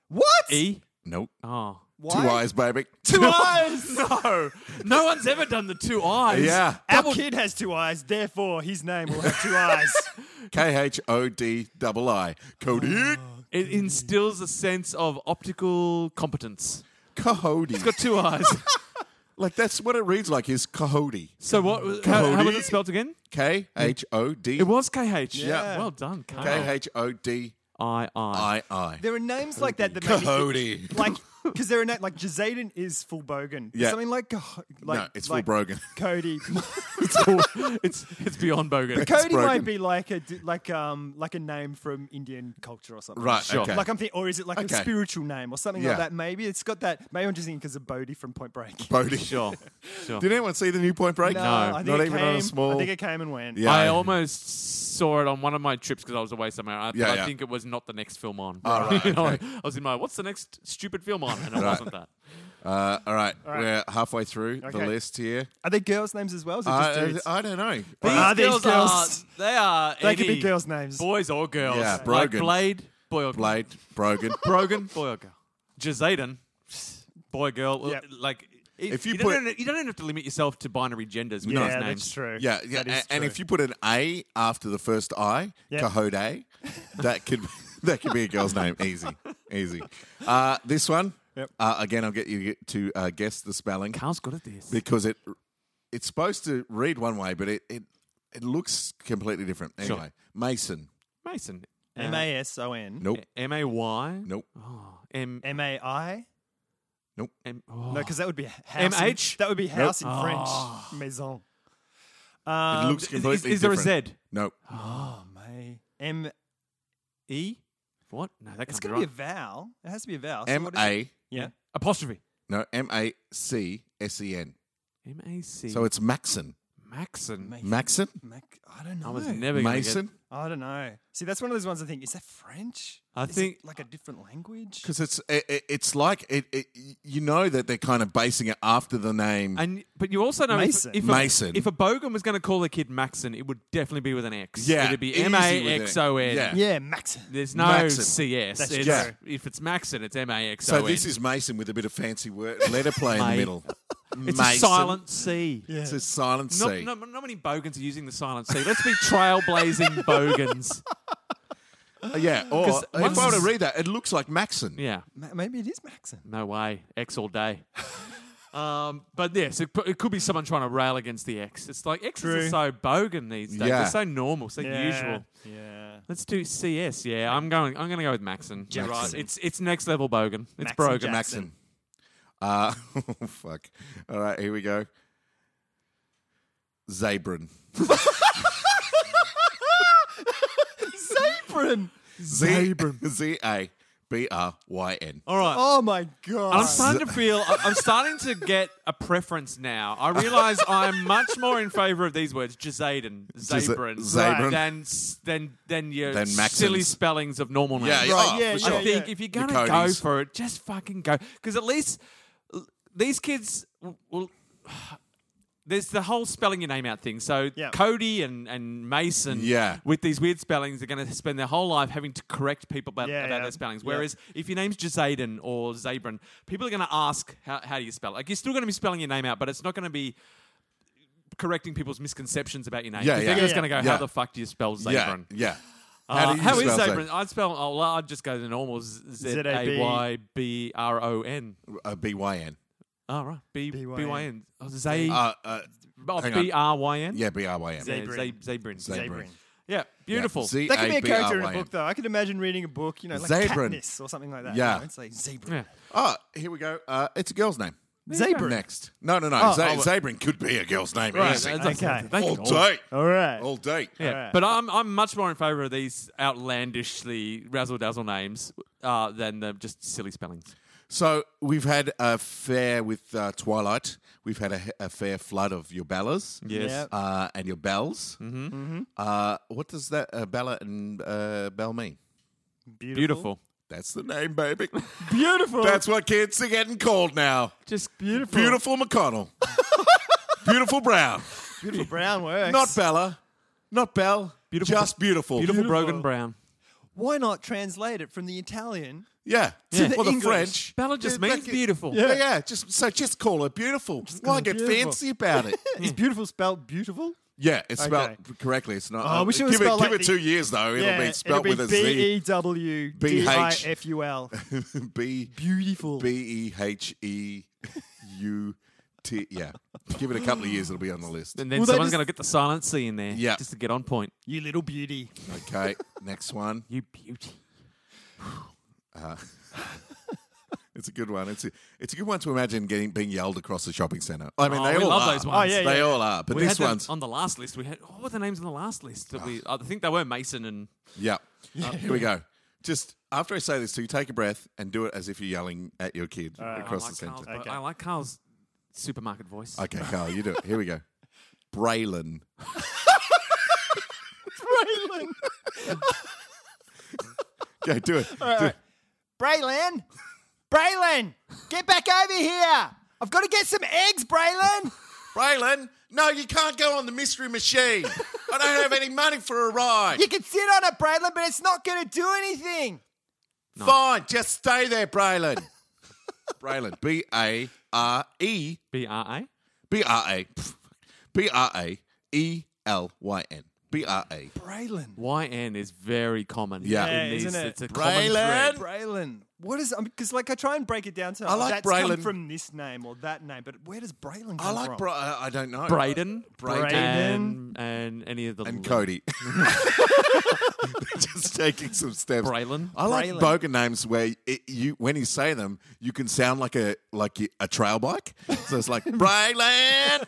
Speaker 3: What?
Speaker 4: E?
Speaker 1: nope.
Speaker 4: Oh.
Speaker 1: Two
Speaker 3: Why?
Speaker 1: eyes, baby.
Speaker 3: (laughs)
Speaker 1: (laughs)
Speaker 3: Two eyes.
Speaker 4: (laughs) No. No one's ever done the two eyes.
Speaker 1: Yeah.
Speaker 3: Our kid has two eyes, therefore his name will have two eyes.
Speaker 1: (laughs) K H O D double I. Cody.
Speaker 3: Oh.
Speaker 4: It instills a sense of optical competence.
Speaker 1: Cody.
Speaker 4: It's got two eyes.
Speaker 1: Like that's what it reads like is Cody.
Speaker 4: so what? How, how was
Speaker 1: Cody?
Speaker 4: it spelled again?
Speaker 1: K H O D
Speaker 4: It was KH.
Speaker 1: Yeah.
Speaker 4: Well done, K
Speaker 1: K
Speaker 4: I
Speaker 1: H O D (laughs)
Speaker 4: I.
Speaker 1: I I.
Speaker 3: There are names like that that make me think-
Speaker 1: Cody.
Speaker 3: like because there are na- like Jazaden is full bogan. There's
Speaker 1: Yeah.
Speaker 3: Something like Go- like
Speaker 1: No, it's
Speaker 3: like
Speaker 1: full brogan.
Speaker 3: Cody.
Speaker 4: It's it's beyond bogan.
Speaker 3: Cody might
Speaker 1: broken.
Speaker 3: be like a d- like um like a name from Indian culture or something.
Speaker 1: (laughs) Right,
Speaker 4: Sure.
Speaker 1: okay.
Speaker 3: Like I'm thinking, or is it like a
Speaker 1: Okay.
Speaker 3: spiritual name or something
Speaker 1: Yeah.
Speaker 3: like that? Maybe it's got that. Maybe I'm just thinking because of Bodhi from Point Break.
Speaker 1: Cody.
Speaker 4: Sure. Sure.
Speaker 1: Did anyone see the new Point
Speaker 3: (laughs)
Speaker 1: Break?
Speaker 3: I think
Speaker 1: not
Speaker 3: it
Speaker 1: even
Speaker 3: came,
Speaker 1: on a small.
Speaker 3: I think it came and went.
Speaker 1: Yeah.
Speaker 4: I almost saw it on one of my trips because I was away somewhere. I,
Speaker 1: Yeah,
Speaker 4: I
Speaker 1: yeah.
Speaker 4: think it was not the next film on.
Speaker 1: Oh, right,
Speaker 4: (laughs) You know,
Speaker 1: okay.
Speaker 4: I was in my what's the next stupid film on, and it wasn't that.
Speaker 1: Uh, all, right.
Speaker 3: right.
Speaker 1: we're halfway through
Speaker 3: Okay.
Speaker 1: the list here.
Speaker 3: Are they girls' names as well? Is it just
Speaker 1: I,
Speaker 3: dudes?
Speaker 1: I, I don't know. Uh,
Speaker 3: Ah, these girls.
Speaker 4: Are, they are.
Speaker 3: they could be
Speaker 4: any
Speaker 3: girls' names.
Speaker 4: boys or girls.
Speaker 1: Yeah,
Speaker 4: like
Speaker 1: Brogan.
Speaker 4: Blade, boy or girl.
Speaker 1: Blade,
Speaker 3: (laughs)
Speaker 1: Brogan.
Speaker 4: Brogan, boy or girl. Jazaden, boy girl.
Speaker 3: Yep.
Speaker 4: Like it-
Speaker 1: If you
Speaker 4: don't
Speaker 1: put-
Speaker 4: have to- you don't have to limit yourself to binary genders. With
Speaker 3: yeah,
Speaker 4: these names.
Speaker 3: that's true.
Speaker 1: Yeah, yeah.
Speaker 3: That is
Speaker 1: a- and
Speaker 3: true.
Speaker 1: if you put an A after the first I,
Speaker 3: Yeah.
Speaker 1: Cahode, that could that could be (laughs) a girl's name. Easy, easy. Uh, this one,
Speaker 3: Yep.
Speaker 1: uh, again, I'll get you to uh, guess the spelling
Speaker 4: Carl's good at this.
Speaker 1: because it it's supposed to read one way, but it it, it looks completely different.
Speaker 4: Sure.
Speaker 1: Anyway, Mason.
Speaker 4: Mason. uh,
Speaker 3: M A S O N
Speaker 1: Nope.
Speaker 4: M A Y.
Speaker 1: Nope.
Speaker 4: Oh, M
Speaker 3: M A I.
Speaker 4: M. Oh.
Speaker 3: No, because that would be house. in-
Speaker 4: MH?
Speaker 3: that would be house in
Speaker 4: Oh.
Speaker 3: French. Maison. Um,
Speaker 1: it looks
Speaker 4: Is-
Speaker 1: completely
Speaker 4: is, is there a
Speaker 1: different.
Speaker 4: Z?
Speaker 1: Nope.
Speaker 3: Oh, mate. M.
Speaker 4: E? What? No, that
Speaker 3: It's
Speaker 4: can't
Speaker 3: going to
Speaker 4: right.
Speaker 3: be a vowel. It has to be a vowel. So
Speaker 1: M
Speaker 3: what is it?
Speaker 1: A
Speaker 3: Yeah.
Speaker 4: apostrophe.
Speaker 1: no M A C S E N.
Speaker 4: M A C.
Speaker 1: So it's Maxon.
Speaker 4: Maxon.
Speaker 3: Mate,
Speaker 1: Maxon.
Speaker 3: Mac. I don't know.
Speaker 4: I was never gonna
Speaker 1: Mason.
Speaker 4: Get,
Speaker 3: I don't know. See, that's one of those ones I think is that French?
Speaker 4: I
Speaker 3: Is it
Speaker 4: think-
Speaker 3: like a different language.
Speaker 1: Because it's it, it- it's like it, it you know that they're kind of basing it after the name.
Speaker 4: And but you also know if-
Speaker 3: Mason.
Speaker 4: If, a,
Speaker 1: Mason.
Speaker 4: if a bogan was going to call a kid Maxon, it would definitely be with an X.
Speaker 1: Yeah,
Speaker 4: it'd be
Speaker 1: easy
Speaker 4: M
Speaker 1: with
Speaker 4: A
Speaker 1: an-
Speaker 4: X O N.
Speaker 1: yeah.
Speaker 3: Yeah, Max.
Speaker 4: There's no
Speaker 1: Maxon.
Speaker 4: CS.
Speaker 3: That's
Speaker 4: It's-
Speaker 1: true.
Speaker 4: If it's Maxon, it's M A X
Speaker 1: so
Speaker 4: O N.
Speaker 1: this is Mason with a bit of fancy word letter play in the
Speaker 4: Mate.
Speaker 1: middle.
Speaker 4: it's a
Speaker 1: Mason.
Speaker 4: silent C.
Speaker 3: Yeah.
Speaker 1: It's a silent
Speaker 4: Not,
Speaker 1: C.
Speaker 4: not, not many bogans are using the silent C. Let's be
Speaker 1: (laughs)
Speaker 4: trailblazing bogans.
Speaker 1: Uh, Yeah. Or if I
Speaker 4: once-
Speaker 1: were to read that, it looks like Maxon.
Speaker 4: Yeah,
Speaker 3: Ma- Maybe it is Maxon.
Speaker 4: no way. X all day. Um, but yes, it, it could be someone trying to rail against the X. It's like X's
Speaker 3: True.
Speaker 4: are so bogan these days.
Speaker 1: Yeah.
Speaker 4: They're so normal, so usual.
Speaker 3: Yeah.
Speaker 4: Let's do CS. Yeah, I'm going. I'm going to go with Maxon. You're right.
Speaker 3: Jackson.
Speaker 4: It's it's next level bogan. It's
Speaker 3: Maxon
Speaker 4: broken.
Speaker 3: Jack-
Speaker 1: Maxon. Uh, (laughs) oh, fuck. All right, here we go. Zabrin.
Speaker 3: Zabrin.
Speaker 1: Zabrin. (laughs) Z A B R Y N.
Speaker 4: All right.
Speaker 3: Oh my god.
Speaker 4: I'm starting to feel. I- I'm starting to get a preference now. I realise I'm much more in favour of these words, Jazaden,
Speaker 1: Jaza-
Speaker 4: Zabrin,
Speaker 1: Zabrin.
Speaker 4: than s- than than your
Speaker 1: Than Maxons.
Speaker 4: silly spellings of normal names.
Speaker 1: Yeah, yeah,
Speaker 3: Right,
Speaker 1: oh,
Speaker 3: yeah,
Speaker 1: for
Speaker 3: yeah,
Speaker 1: sure.
Speaker 4: I think if you're
Speaker 1: The
Speaker 4: gonna go
Speaker 1: Codys.
Speaker 4: for it, just fucking go. Because at least l- these kids w- (sighs) will. There's the whole spelling your name out thing. So
Speaker 3: Yeah.
Speaker 4: Cody and, and Mason
Speaker 1: Yeah.
Speaker 4: with these weird spellings are going to spend their whole life having to correct people about,
Speaker 3: Yeah,
Speaker 4: about
Speaker 3: yeah.
Speaker 4: their spellings.
Speaker 3: Yeah.
Speaker 4: Whereas if your name's Jazaden or Zabrin, people are going to ask, how, how do you spell it? Like, you're still going to be spelling your name out, but it's not going to be correcting people's misconceptions about your name.
Speaker 1: Yeah,
Speaker 4: 'Cause
Speaker 1: yeah.
Speaker 4: They're just
Speaker 3: Yeah,
Speaker 4: going to
Speaker 1: yeah.
Speaker 4: go,
Speaker 1: Yeah.
Speaker 4: how the fuck do you spell Zabrin?
Speaker 1: Yeah. Yeah.
Speaker 4: Uh,
Speaker 1: do you
Speaker 4: how is
Speaker 1: spell
Speaker 4: Zabrin? I'd spell. Oh, well, I'd just go the normal Z A Y B R O N.
Speaker 1: Zabrin? Uh, B Y N.
Speaker 4: Oh right, B B
Speaker 3: B Y N.
Speaker 4: Y N. Oh, Z
Speaker 1: Uh, uh,
Speaker 4: oh,
Speaker 1: hang on.
Speaker 4: B R Y N.
Speaker 1: yeah, B R Y N.
Speaker 4: Yeah,
Speaker 3: Zabrin.
Speaker 4: Z- Zabrin.
Speaker 1: Zabrin.
Speaker 3: Zabrin.
Speaker 4: Yeah, beautiful.
Speaker 1: Z
Speaker 3: That could be a character in a
Speaker 1: B R Y N.
Speaker 3: book, though. I could imagine reading a book, you know, like
Speaker 1: Zabrin.
Speaker 3: Katniss or something like that.
Speaker 1: Yeah.
Speaker 3: You know, it's like Zabrin.
Speaker 4: Yeah.
Speaker 1: Oh, here we go. Uh, it's a girl's name.
Speaker 3: Zabrin.
Speaker 1: Next. No, no, no.
Speaker 3: Oh,
Speaker 1: Z-
Speaker 3: oh, well-
Speaker 1: Zabrin could be a girl's name.
Speaker 4: Right,
Speaker 1: Easy.
Speaker 4: that's- that's-
Speaker 3: Okay.
Speaker 4: thank
Speaker 1: all
Speaker 4: you.
Speaker 1: day.
Speaker 3: All right.
Speaker 1: All day.
Speaker 4: Yeah,
Speaker 3: right.
Speaker 4: but I'm I'm much more in favour of these outlandishly razzle dazzle names uh, than the just silly spellings.
Speaker 1: So we've had a fair with uh, Twilight. We've had a, a fair flood of your bellas.
Speaker 4: Yes.
Speaker 3: Yeah.
Speaker 1: Uh, and your bells. Mm-hmm. Uh, what does that uh, Bella and uh, Bell mean?
Speaker 4: Beautiful.
Speaker 1: That's the name, baby.
Speaker 3: Beautiful.
Speaker 1: That's what kids are getting called now. (laughs)
Speaker 4: Just beautiful.
Speaker 1: Beautiful McConnell. beautiful Brown.
Speaker 3: Beautiful brown works.
Speaker 1: Not Bella. Not Bell.
Speaker 4: Beautiful-
Speaker 1: Just beautiful.
Speaker 4: Beautiful,
Speaker 3: Beautiful.
Speaker 4: Brogan Brown.
Speaker 3: Why not translate it from the Italian?
Speaker 1: Yeah.
Speaker 3: To the
Speaker 1: Or the
Speaker 3: English.
Speaker 1: French.
Speaker 4: Bella just
Speaker 1: Yeah,
Speaker 4: means
Speaker 1: that-
Speaker 4: beautiful.
Speaker 1: Yeah. yeah, just so just call her beautiful. Why
Speaker 3: her
Speaker 1: get
Speaker 3: beautiful.
Speaker 1: fancy about it?
Speaker 3: Is beautiful spelled beautiful?
Speaker 1: Yeah, it's spelled
Speaker 3: Okay.
Speaker 1: correctly. It's not. uh,
Speaker 3: Oh, we should
Speaker 1: give it,
Speaker 3: spell
Speaker 1: give
Speaker 3: like
Speaker 1: it
Speaker 3: the-
Speaker 1: two years though. It'll be spelled
Speaker 3: it'll be E
Speaker 1: with a Z.
Speaker 3: B-E-W-D-I-F-U-L. (laughs)
Speaker 1: B
Speaker 3: Beautiful.
Speaker 1: B E H E U T. Yeah, give it a couple of years. It'll be on the list.
Speaker 4: And then
Speaker 3: Well, they
Speaker 4: someone's
Speaker 3: just-
Speaker 4: going to get the silent C in there.
Speaker 1: Yeah.
Speaker 4: Just to get on point.
Speaker 3: you little beauty.
Speaker 1: Okay, next one.
Speaker 4: You beauty.
Speaker 1: It's a good one. It's a, it's a good one to imagine getting being yelled across a shopping centre. I mean,
Speaker 4: Oh,
Speaker 1: they
Speaker 4: we
Speaker 1: all
Speaker 4: love
Speaker 1: are.
Speaker 4: those ones.
Speaker 3: Oh, yeah,
Speaker 1: they
Speaker 3: yeah.
Speaker 1: all are. But
Speaker 4: we had
Speaker 1: this
Speaker 4: them
Speaker 1: one's
Speaker 4: on the last list. We had what were the names on the last list that we? I think they were Mason and
Speaker 1: yeah.
Speaker 4: (laughs)
Speaker 1: Uh, here we go. Just after I say this to you, take a breath and do it as if you're yelling at your kid
Speaker 3: Uh,
Speaker 1: across
Speaker 4: uh, I like
Speaker 1: the centre.
Speaker 4: Carl's, but
Speaker 3: Okay.
Speaker 4: I like Carl's supermarket voice.
Speaker 1: Okay, Carl, you do it. Here we go.
Speaker 3: (laughs)
Speaker 1: Braylon.
Speaker 3: Braylon.
Speaker 1: Go do it. Do-
Speaker 3: right. Braylon. Braylon. Get back over here. I've got to get some eggs, Braylon.
Speaker 1: Braylon, no, you can't go on the mystery (laughs) machine. I don't have any money for a ride.
Speaker 3: You can sit on it, Braylon, but it's not going to do anything.
Speaker 1: Fine, just stay there, Braylon. (laughs) Braylon, B A R E
Speaker 4: B R A.
Speaker 1: B R A pff, B R A E L Y N B R A.
Speaker 3: Braylon.
Speaker 4: Y N is very common.
Speaker 1: Yeah.
Speaker 4: in
Speaker 3: Yeah,
Speaker 4: these-
Speaker 3: isn't it?
Speaker 4: It's a
Speaker 1: Braylon.
Speaker 4: common thread.
Speaker 3: Braylon. What is because like I try and break it down to
Speaker 1: I like
Speaker 3: that's come
Speaker 1: Braylon.
Speaker 3: from this name or that name, but where does Braylon come
Speaker 1: I like
Speaker 3: from?
Speaker 1: Bra- I I don't know.
Speaker 4: Brayden.
Speaker 1: Brayden.
Speaker 4: And, and any of the
Speaker 1: and Cody. (laughs) just taking some steps.
Speaker 4: Braylon.
Speaker 1: I like
Speaker 3: Braylon.
Speaker 1: bogan names where it, you, when you say them, you can sound like a like a trail bike. So it's
Speaker 3: (laughs)
Speaker 1: like Braylon,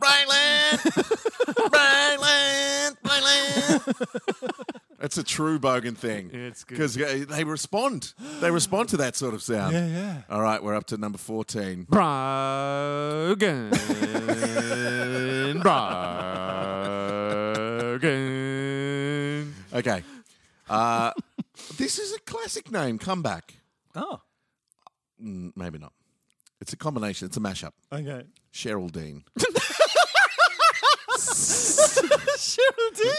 Speaker 1: Braylon, Braylon, Braylon. That's a true bogan thing.
Speaker 4: it's good.
Speaker 1: because they respond. They respond to that sort of sound.
Speaker 3: Yeah, yeah.
Speaker 1: All right, we're up to number fourteen. (laughs)
Speaker 4: Brogan. Brogan.
Speaker 1: Okay. Uh, this is a classic name, comeback.
Speaker 3: Oh,
Speaker 1: Mm, Maybe not. It's a combination, it's a mashup.
Speaker 3: okay.
Speaker 1: Cheryl Dean.
Speaker 3: Geraldine.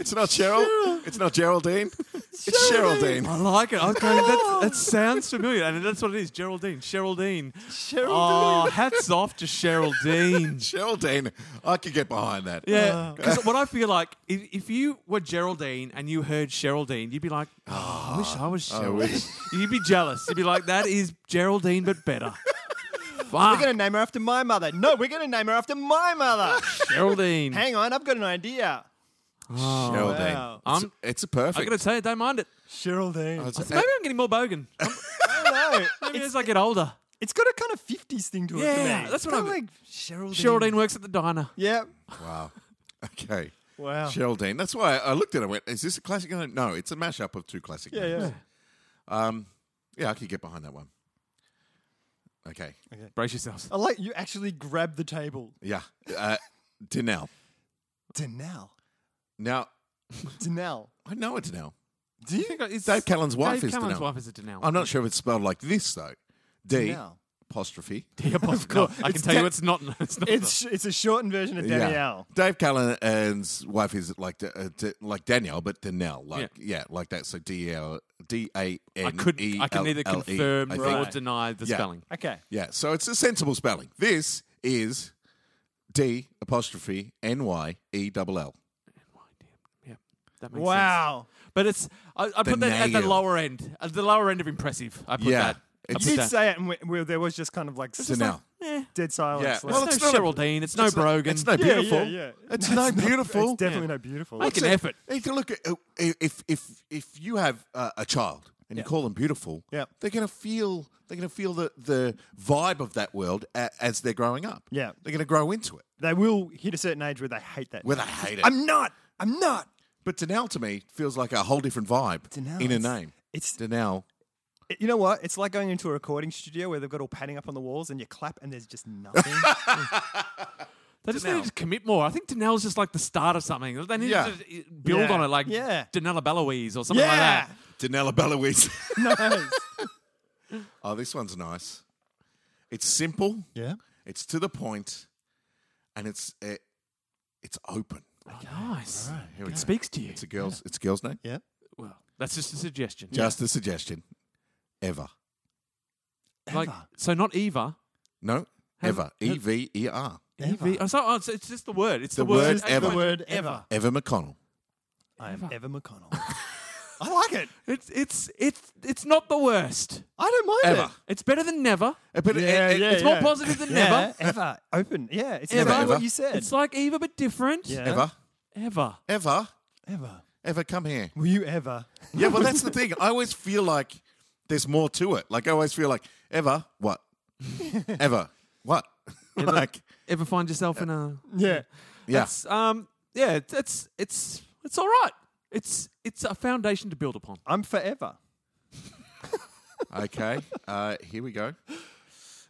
Speaker 1: It's not Cheryl. It's not
Speaker 4: (laughs)
Speaker 1: Geraldine. It's Cheryl Dean.
Speaker 4: I Oh. like it. I was going, that, that sounds familiar. And that's what it is Geraldine. Geraldine.
Speaker 3: Cheryl
Speaker 4: Oh, hats off to (laughs) Geraldine.
Speaker 1: Cheryl Dean. I could get behind that.
Speaker 4: Yeah, because what I feel like if, if you were Geraldine and you heard Geraldine, you'd be like, oh, I wish (gasps) I was Geraldine.
Speaker 1: wish.
Speaker 4: You'd be jealous. You'd be like, that is Geraldine, but (laughs) better.
Speaker 3: We're
Speaker 4: Fuck,
Speaker 3: going to name her after my mother. No, we're going to name her after my mother.
Speaker 4: Geraldine.
Speaker 3: Hang on, I've got an idea.
Speaker 1: Cheryl Dean.
Speaker 3: wow.
Speaker 1: It's,
Speaker 4: I'm-
Speaker 1: it's a
Speaker 4: I
Speaker 1: perfect.
Speaker 4: gotta tell you, don't mind it.
Speaker 3: Geraldine.
Speaker 1: It's-
Speaker 4: So maybe I'm getting more bogan.
Speaker 3: I don't know.
Speaker 4: Maybe as I get older.
Speaker 3: it's got a kind of 50s thing to it to me.
Speaker 4: Yeah, that's
Speaker 3: It's
Speaker 4: what
Speaker 3: kinda
Speaker 4: I'm-
Speaker 3: like. Geraldine.
Speaker 4: Geraldine works at the diner.
Speaker 3: Yeah.
Speaker 1: wow. Okay.
Speaker 3: Wow.
Speaker 1: Cheryl Dean. That's why I looked at it and went, is this a classic? name?" No, it's a mashup of two classic
Speaker 3: yeah,
Speaker 1: names.
Speaker 3: yeah.
Speaker 1: Yeah, I could get behind that one. Okay.
Speaker 4: Brace yourselves.
Speaker 3: I like you actually grab the table.
Speaker 1: Yeah. Uh, Danelle.
Speaker 3: Danelle.
Speaker 1: Now,
Speaker 3: Danelle.
Speaker 1: I know a Danelle.
Speaker 3: Do you?
Speaker 4: It's
Speaker 1: Dave Callan's wife
Speaker 4: Dave
Speaker 1: is
Speaker 4: Callan's
Speaker 1: Danelle.
Speaker 4: wife is a Danelle.
Speaker 1: I'm not sure if it's spelled like this, though. D
Speaker 3: Danelle.
Speaker 1: apostrophe.
Speaker 4: Yeah, but no,
Speaker 3: course.
Speaker 4: I can
Speaker 3: It's
Speaker 4: tell you
Speaker 3: Dan-
Speaker 4: it's not. It's not.
Speaker 3: It's it's a shortened version of Danielle.
Speaker 1: Dave Callan's wife is like Da- uh, Da- like Danielle, but Danelle, like yeah, like that. So D E L D A N. E
Speaker 4: I could. I can neither confirm
Speaker 1: I
Speaker 4: nor
Speaker 1: think.
Speaker 4: deny the
Speaker 1: Yeah.
Speaker 4: spelling.
Speaker 3: Okay.
Speaker 1: Yeah, so it's a sensible spelling. This is D apostrophe N Y E double L.
Speaker 4: Yeah, that makes sense.
Speaker 3: Wow.
Speaker 4: But it's I, I put that at the
Speaker 1: nail.
Speaker 4: lower end, at the lower end of impressive. I put
Speaker 1: Yeah,
Speaker 4: that. I
Speaker 1: it's-
Speaker 4: put
Speaker 3: You did
Speaker 4: that.
Speaker 3: say it, and we, we, there was just kind of like
Speaker 1: Danelle.
Speaker 4: Eh,
Speaker 3: dead silence.
Speaker 1: Yeah.
Speaker 3: Like,
Speaker 1: Well,
Speaker 4: it's,
Speaker 1: it's
Speaker 4: no
Speaker 1: not a-
Speaker 4: Geraldine. It's, no Brogan.
Speaker 1: It's no
Speaker 3: yeah, yeah,
Speaker 1: beautiful.
Speaker 3: yeah.
Speaker 1: It's no beautiful.
Speaker 3: It's definitely no beautiful.
Speaker 4: Make an
Speaker 1: So,
Speaker 4: effort.
Speaker 1: If you look at uh, if if if you have uh, a child and you call them beautiful,
Speaker 3: Yeah.
Speaker 1: they're going to feel they're going to feel the the vibe of that world a, as they're growing up.
Speaker 3: Yeah.
Speaker 1: they're going to grow into it.
Speaker 3: They will hit a certain age where they hate that.
Speaker 1: Where they hate it.
Speaker 3: I'm not. I'm not.
Speaker 1: but Danelle to me feels like a whole different vibe
Speaker 3: Danelle,
Speaker 1: in a
Speaker 3: it's-
Speaker 1: name.
Speaker 3: it's-
Speaker 1: Danelle.
Speaker 3: You know what? It's like going into a recording studio where they've got all padding up on the walls and you clap and there's just nothing.
Speaker 4: They just need to commit more. I think Danelle's just like the start of something. They need
Speaker 1: Yeah.
Speaker 4: to just, uh, build
Speaker 3: Yeah.
Speaker 4: on it, like
Speaker 3: Yeah.
Speaker 4: Danella Beloise or something like
Speaker 3: yeah.
Speaker 4: that.
Speaker 1: Danella
Speaker 3: (laughs)
Speaker 1: Beloise.
Speaker 3: nice.
Speaker 1: (laughs) oh, this one's nice. It's simple.
Speaker 3: Yeah.
Speaker 1: It's to the point, and it's it, it's open.
Speaker 4: Nice.
Speaker 1: Here we
Speaker 4: It
Speaker 1: go.
Speaker 4: speaks to you.
Speaker 1: It's a girl's. It's a girl's name.
Speaker 3: Yeah.
Speaker 4: well, that's just a suggestion.
Speaker 1: Just a suggestion. Ever.
Speaker 4: Like so, not Eva.
Speaker 1: No. Ever. E V E R.
Speaker 3: Ever.
Speaker 4: Eva. Oh, so, oh, so it's just the word. It's the,
Speaker 1: The
Speaker 4: word.
Speaker 1: word ever.
Speaker 3: The word ever.
Speaker 1: Ever McConnell.
Speaker 3: I am Ever McConnell. I like it.
Speaker 4: It's it's it's it's not the worst.
Speaker 3: I don't mind
Speaker 1: Ever.
Speaker 3: it.
Speaker 4: It's better than never.
Speaker 1: Uh, But it-
Speaker 3: Yeah,
Speaker 1: it-
Speaker 3: yeah,
Speaker 1: it's
Speaker 4: It's
Speaker 1: more
Speaker 4: more positive than
Speaker 3: Yeah,
Speaker 4: never.
Speaker 3: ever. Open. Yeah. It's
Speaker 4: Ever.
Speaker 3: exactly
Speaker 1: Ever.
Speaker 3: what you said.
Speaker 4: It's like Eva but different.
Speaker 3: Yeah.
Speaker 1: ever,
Speaker 4: Ever.
Speaker 1: ever,
Speaker 3: ever.
Speaker 1: ever come here.
Speaker 3: Will you ever?
Speaker 1: Yeah, well, that's the thing. I always feel like there's more to it. Like I always feel like ever what, ever what, (laughs) like
Speaker 4: Ever find yourself in a
Speaker 3: (laughs) Yeah.
Speaker 1: yeah,
Speaker 4: It's, um, yeah, it's, it's it's it's all right. It's it's a foundation to build upon.
Speaker 3: (laughs) I'm forever.
Speaker 1: okay. Uh, here we go.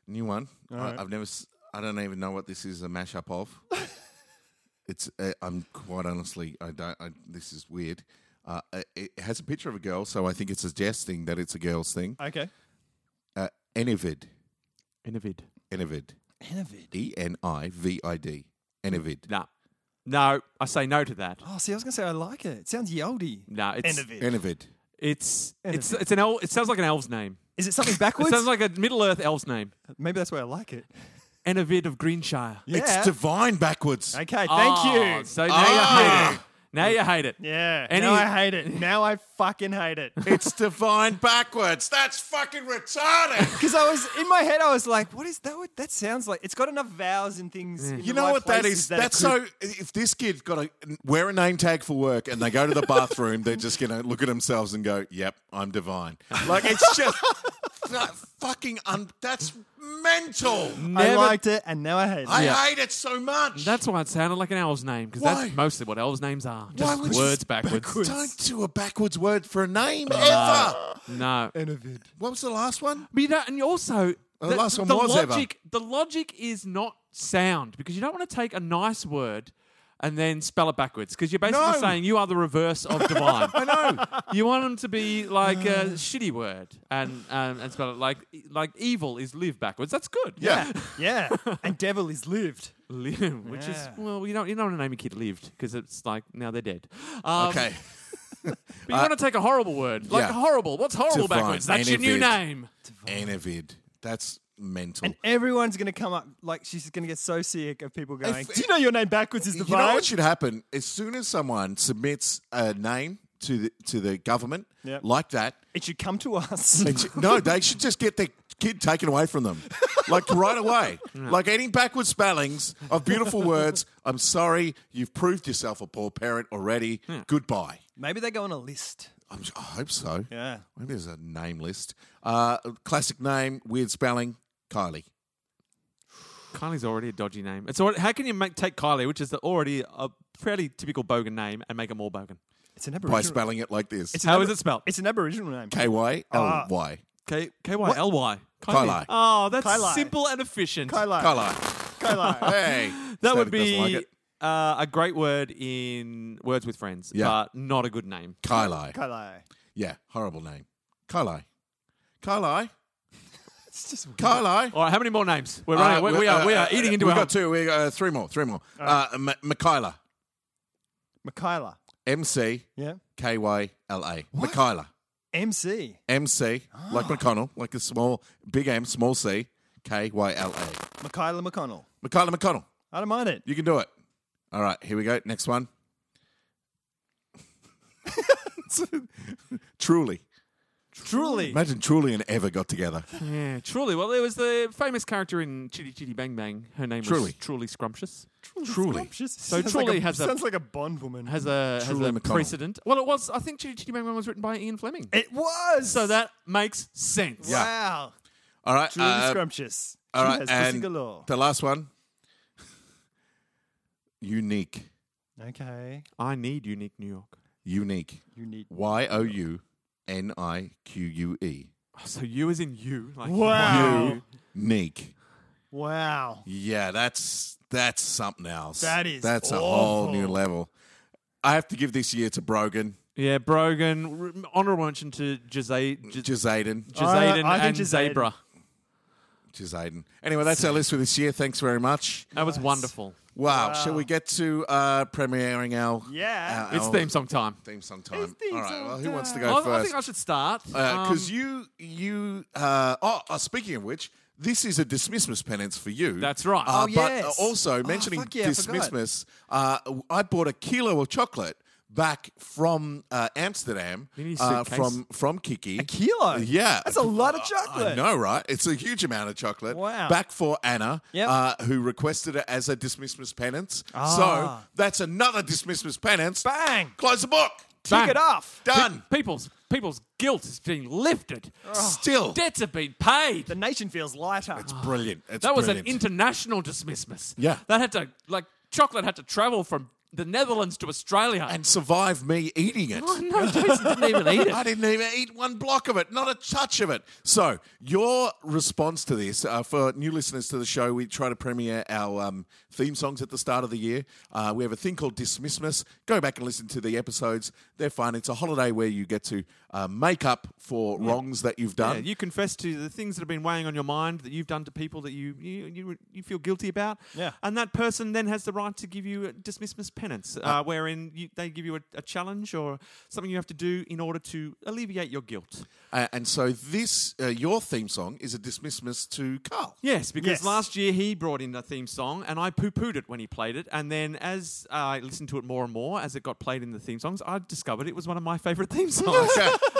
Speaker 1: New one. I, I've never. s- I don't even know what this is a mashup of. it's. Uh, I'm quite honestly. I don't. I, this is weird. Uh, uh, it has a picture of a girl, so I think it's suggesting that it's a girl's thing.
Speaker 3: Okay.
Speaker 1: Uh, Enivid.
Speaker 4: Innovid.
Speaker 1: Enivid.
Speaker 3: Enovid.
Speaker 1: E N I V I D. Enivid.
Speaker 4: No, no, I say no to that.
Speaker 3: Oh, see, I was gonna say I like it. It sounds Yeldy.
Speaker 4: No, it's
Speaker 3: Enovid.
Speaker 1: Enivid.
Speaker 4: it's it's it's an elf. It sounds like an elf's name.
Speaker 3: Is (laughs) it something
Speaker 4: It
Speaker 3: backwards?
Speaker 4: sounds like a Middle Earth elf's name.
Speaker 3: Maybe that's why I like it.
Speaker 4: Enovid of Greenshire.
Speaker 3: Yeah.
Speaker 1: It's divine backwards. (laughs)
Speaker 3: okay. Thank
Speaker 4: Oh,
Speaker 3: you.
Speaker 4: So now you hate it.
Speaker 1: Ah.
Speaker 4: Now you hate it.
Speaker 3: yeah.
Speaker 4: Any-
Speaker 3: now I hate it. (laughs) Now I fucking hate (laughs) it.
Speaker 1: It's divine backwards. That's fucking
Speaker 3: (laughs)
Speaker 1: retarded.
Speaker 3: Because I was in my head, I was like, "What is that? What, that sounds like it's got enough vowels and things." in
Speaker 1: You
Speaker 3: the
Speaker 1: know
Speaker 3: right
Speaker 1: what that
Speaker 3: places
Speaker 1: is?
Speaker 3: it
Speaker 1: That's
Speaker 3: could-
Speaker 1: so. If this kid got a wear a name tag for work and they go to the bathroom, they're just gonna look at themselves and go, "Yep, I'm
Speaker 3: (laughs)
Speaker 1: divine." Like it's (laughs) just that fucking. Un- that's mental.
Speaker 3: I
Speaker 4: Never-
Speaker 3: liked it, and now I hate it.
Speaker 1: I hate it so much.
Speaker 4: That's why it sounded like an elf's name because
Speaker 1: Why?
Speaker 4: that's mostly what elves' names are. Just
Speaker 1: would you- (laughs)
Speaker 4: words backwards.
Speaker 1: Don't do a backwards word for a name ever.
Speaker 4: No,
Speaker 3: Enovid.
Speaker 1: What was the last one?
Speaker 4: But you know, and you also
Speaker 1: The last one was
Speaker 4: logic. The logic is not sound because you don't want to take a nice word and then spell it backwards because you're basically
Speaker 1: No.
Speaker 4: saying you are the reverse
Speaker 1: (laughs)
Speaker 4: of divine.
Speaker 1: I know.
Speaker 4: you want them to be like a shitty word and um, and spell it like like evil is live backwards. That's good.
Speaker 1: Yeah.
Speaker 3: Yeah. (laughs) and devil is lived.
Speaker 4: Live, which
Speaker 3: Yeah.
Speaker 4: is well, you don't you don't want to name your kid lived because it's like now they're dead. Um,
Speaker 1: okay.
Speaker 4: but you want to take a horrible word like
Speaker 1: yeah.
Speaker 4: horrible. What's horrible
Speaker 1: Divine,
Speaker 4: backwards? That's your new
Speaker 1: anyvid.
Speaker 4: name.
Speaker 1: Anavid. That's mental.
Speaker 3: And everyone's going to come up, like, she's going to get so sick of people going,
Speaker 1: If-
Speaker 3: Do you know your name backwards is
Speaker 1: you
Speaker 3: divine?
Speaker 1: know what should happen? As soon as someone submits a name to the to the government
Speaker 3: Yep.
Speaker 1: like that,
Speaker 3: it should come
Speaker 1: (laughs)
Speaker 3: to us.
Speaker 1: they should- no, they should just get their kid taken away from them, like right away. Like any backward spellings of beautiful words. I'm sorry, you've proved yourself a poor parent already. Goodbye.
Speaker 3: Maybe they go on a list.
Speaker 1: I'm, I hope so.
Speaker 3: Yeah.
Speaker 1: Maybe there's a name list. Uh, classic name, weird spelling, Kylie.
Speaker 4: Kylie's already a dodgy name. It's already, how can you make take Kylie, which is the, already a fairly typical bogan name, and make it more bogan?
Speaker 3: It's an
Speaker 1: By
Speaker 3: aboriginal.
Speaker 1: spelling it like this.
Speaker 3: It's
Speaker 4: How
Speaker 3: an
Speaker 4: is it spelled?
Speaker 3: It's an aboriginal name.
Speaker 1: K Y L Y.
Speaker 4: K K Y L Y.
Speaker 1: Kylie.
Speaker 4: Oh, that's
Speaker 3: Kylie.
Speaker 4: simple and efficient.
Speaker 3: Kylie.
Speaker 1: Kylie.
Speaker 3: Kylie.
Speaker 1: Hey.
Speaker 4: That
Speaker 1: David
Speaker 4: would be
Speaker 1: doesn't like it.
Speaker 4: uh, a great word in Words with Friends,
Speaker 1: Yeah.
Speaker 4: but not a good name.
Speaker 1: Kylie.
Speaker 3: Kylie.
Speaker 1: Yeah, horrible name. Kylie. Kylie.
Speaker 3: It's just weird.
Speaker 1: Kylie.
Speaker 4: All right, how many more names? We're running.
Speaker 1: Uh,
Speaker 4: Oh, we, we are we are
Speaker 1: uh,
Speaker 4: eating into
Speaker 1: We've
Speaker 4: our.
Speaker 1: got two. We got uh, three more. Three more. Uh, M- Mikayla.
Speaker 3: Michaela.
Speaker 1: M C
Speaker 3: Yeah.
Speaker 1: K Y L A. Mikayla.
Speaker 3: MC.
Speaker 1: M C like McConnell, like a small big M, small C. K Y L A.
Speaker 3: Michaela McConnell.
Speaker 1: Mikayla McConnell.
Speaker 3: I don't mind it.
Speaker 1: You can do it. All right, here we go. Next one. (laughs) truly.
Speaker 3: Truly.
Speaker 1: Imagine Truly and Ever got together.
Speaker 4: Yeah, truly. Well, there was the famous character in Chitty Chitty Bang Bang. Her name was
Speaker 1: Truly.
Speaker 4: Truly Scrumptious.
Speaker 1: Truly.
Speaker 3: So
Speaker 4: Truly
Speaker 3: like a,
Speaker 4: has a-
Speaker 3: sounds like a Bond woman.
Speaker 4: Has a has
Speaker 1: Truly
Speaker 4: a
Speaker 1: McConnell.
Speaker 4: precedent. Well, it was. I think Chitty Chitty Bang Bang was written by Ian Fleming.
Speaker 3: it was.
Speaker 4: So that makes sense.
Speaker 1: Yeah.
Speaker 3: Wow.
Speaker 1: All right.
Speaker 3: Truly
Speaker 1: uh,
Speaker 3: scrumptious.
Speaker 1: all
Speaker 3: She
Speaker 1: right,
Speaker 3: has pussy
Speaker 1: and
Speaker 3: galore.
Speaker 1: the last one. Unique.
Speaker 3: okay.
Speaker 4: I need unique New York.
Speaker 1: Unique.
Speaker 3: You need.
Speaker 1: Y O U N I Q U E.
Speaker 4: Oh, so you as in you. Like
Speaker 3: Wow.
Speaker 4: you.
Speaker 1: Unique.
Speaker 3: Wow.
Speaker 1: Yeah, that's that's something else.
Speaker 3: That is
Speaker 1: That's a whole
Speaker 3: awful.
Speaker 1: new level. I have to give this year to Brogan,
Speaker 4: Yeah, Brogan. r- Honorable mention to Jose, Jose,
Speaker 1: Jazaden,
Speaker 4: Jazaden
Speaker 3: I think
Speaker 4: and
Speaker 3: Jazaden.
Speaker 4: Zebra.
Speaker 1: Jazaden. Anyway, that's our list for this year. Thanks very much.
Speaker 4: That was wonderful.
Speaker 1: Wow. Shall we get to uh, premiering our
Speaker 3: Yeah.
Speaker 1: our-
Speaker 4: It's
Speaker 1: our
Speaker 4: theme song time.
Speaker 1: theme song time?
Speaker 3: theme
Speaker 1: All right.
Speaker 3: song
Speaker 1: Well, who wants to
Speaker 3: time.
Speaker 1: go
Speaker 4: I, I
Speaker 1: first?
Speaker 4: think I should start.
Speaker 1: because
Speaker 4: Um,
Speaker 1: Uh, you you uh, oh, oh, speaking of which this is a dismissmas penance for you
Speaker 4: That's right.
Speaker 1: uh,
Speaker 3: Oh,
Speaker 1: but
Speaker 3: yes.
Speaker 1: uh, also
Speaker 3: Oh,
Speaker 1: mentioning
Speaker 3: fuck yeah, I forgot.
Speaker 1: dismissmas uh, i bought a kilo of chocolate back from uh, amsterdam
Speaker 4: You need a
Speaker 1: uh,
Speaker 4: suitcase.
Speaker 1: from from kiki Uh,
Speaker 3: A kilo.
Speaker 1: yeah
Speaker 3: That's a lot of
Speaker 1: I
Speaker 3: chocolate.
Speaker 1: know, right? It's a huge amount of chocolate.
Speaker 3: Wow.
Speaker 1: Back for Anna,
Speaker 3: Yep.
Speaker 1: uh, who requested it as a dismissmas penance.
Speaker 3: Ah.
Speaker 1: So that's another dismissmas penance.
Speaker 3: Bang.
Speaker 1: Close the book.
Speaker 4: Bang.
Speaker 3: Kick it off.
Speaker 1: Done.
Speaker 4: Pe- people's people's guilt has been lifted.
Speaker 1: Still.
Speaker 4: Debts have been paid.
Speaker 3: The nation feels lighter.
Speaker 1: It's brilliant. It's
Speaker 4: that was
Speaker 1: brilliant.
Speaker 4: an international dismissmas.
Speaker 1: Yeah.
Speaker 4: That had to like chocolate had to travel from the Netherlands to Australia.
Speaker 1: and survive me eating it.
Speaker 4: (laughs) Oh, no, Jason didn't even eat it.
Speaker 1: (laughs) I didn't even eat one block of it, not a touch of it. So, your response to this uh, for new listeners to the show, we try to premiere our um, theme songs at the start of the year. Uh, we have a thing called Dismissmas. Go back and listen to the episodes. They're fun. It's a holiday where you get to uh, make up for wrongs that you've
Speaker 4: Yeah,
Speaker 1: done.
Speaker 4: you confess to the things that have been weighing on your mind that you've done to people that you you, you, you feel guilty about.
Speaker 3: Yeah.
Speaker 4: And that person then has the right to give you a dismissmas penance, uh, wherein you, they give you a, a challenge or something you have to do in order to alleviate your guilt.
Speaker 1: Uh, and so, this uh, your theme song is a Dismissmas to Carl.
Speaker 4: Yes, because
Speaker 3: Yes.
Speaker 4: last year he brought in a theme song and I poo pooed it when he played it. And then as I listened to it more and more, as it got played in the theme songs, I discovered it was one of my
Speaker 3: (laughs)
Speaker 4: favourite (laughs) theme songs.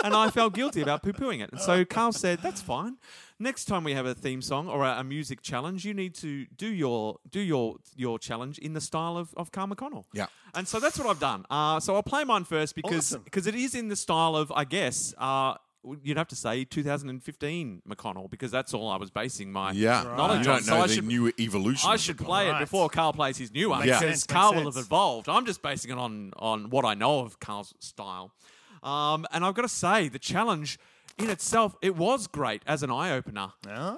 Speaker 4: and I felt guilty about poo pooing it. And so Carl said, That's fine. Next time we have a theme song or a, a music challenge, you need to do your do your your challenge in the style of, of Carl McConnell.
Speaker 1: Yeah.
Speaker 4: And so that's what I've done. Uh, so I'll play mine first because
Speaker 3: Awesome.
Speaker 4: because it is in the style of, I guess, uh, you'd have to say 2015 McConnell because that's all I was basing my
Speaker 1: Yeah.
Speaker 4: knowledge
Speaker 1: You
Speaker 4: on.
Speaker 1: don't
Speaker 4: So
Speaker 1: know
Speaker 4: I
Speaker 1: the
Speaker 4: should,
Speaker 1: new evolution.
Speaker 4: I
Speaker 1: of
Speaker 4: should
Speaker 1: the
Speaker 4: play it
Speaker 3: Right.
Speaker 4: before Carl plays his new one
Speaker 3: Makes
Speaker 4: because
Speaker 3: sense,
Speaker 4: Carl
Speaker 3: makes
Speaker 4: will have
Speaker 3: sense.
Speaker 4: evolved. I'm just basing it on on what I know of Carl's style, um, and I've got to say the challenge in itself, it was great as an eye opener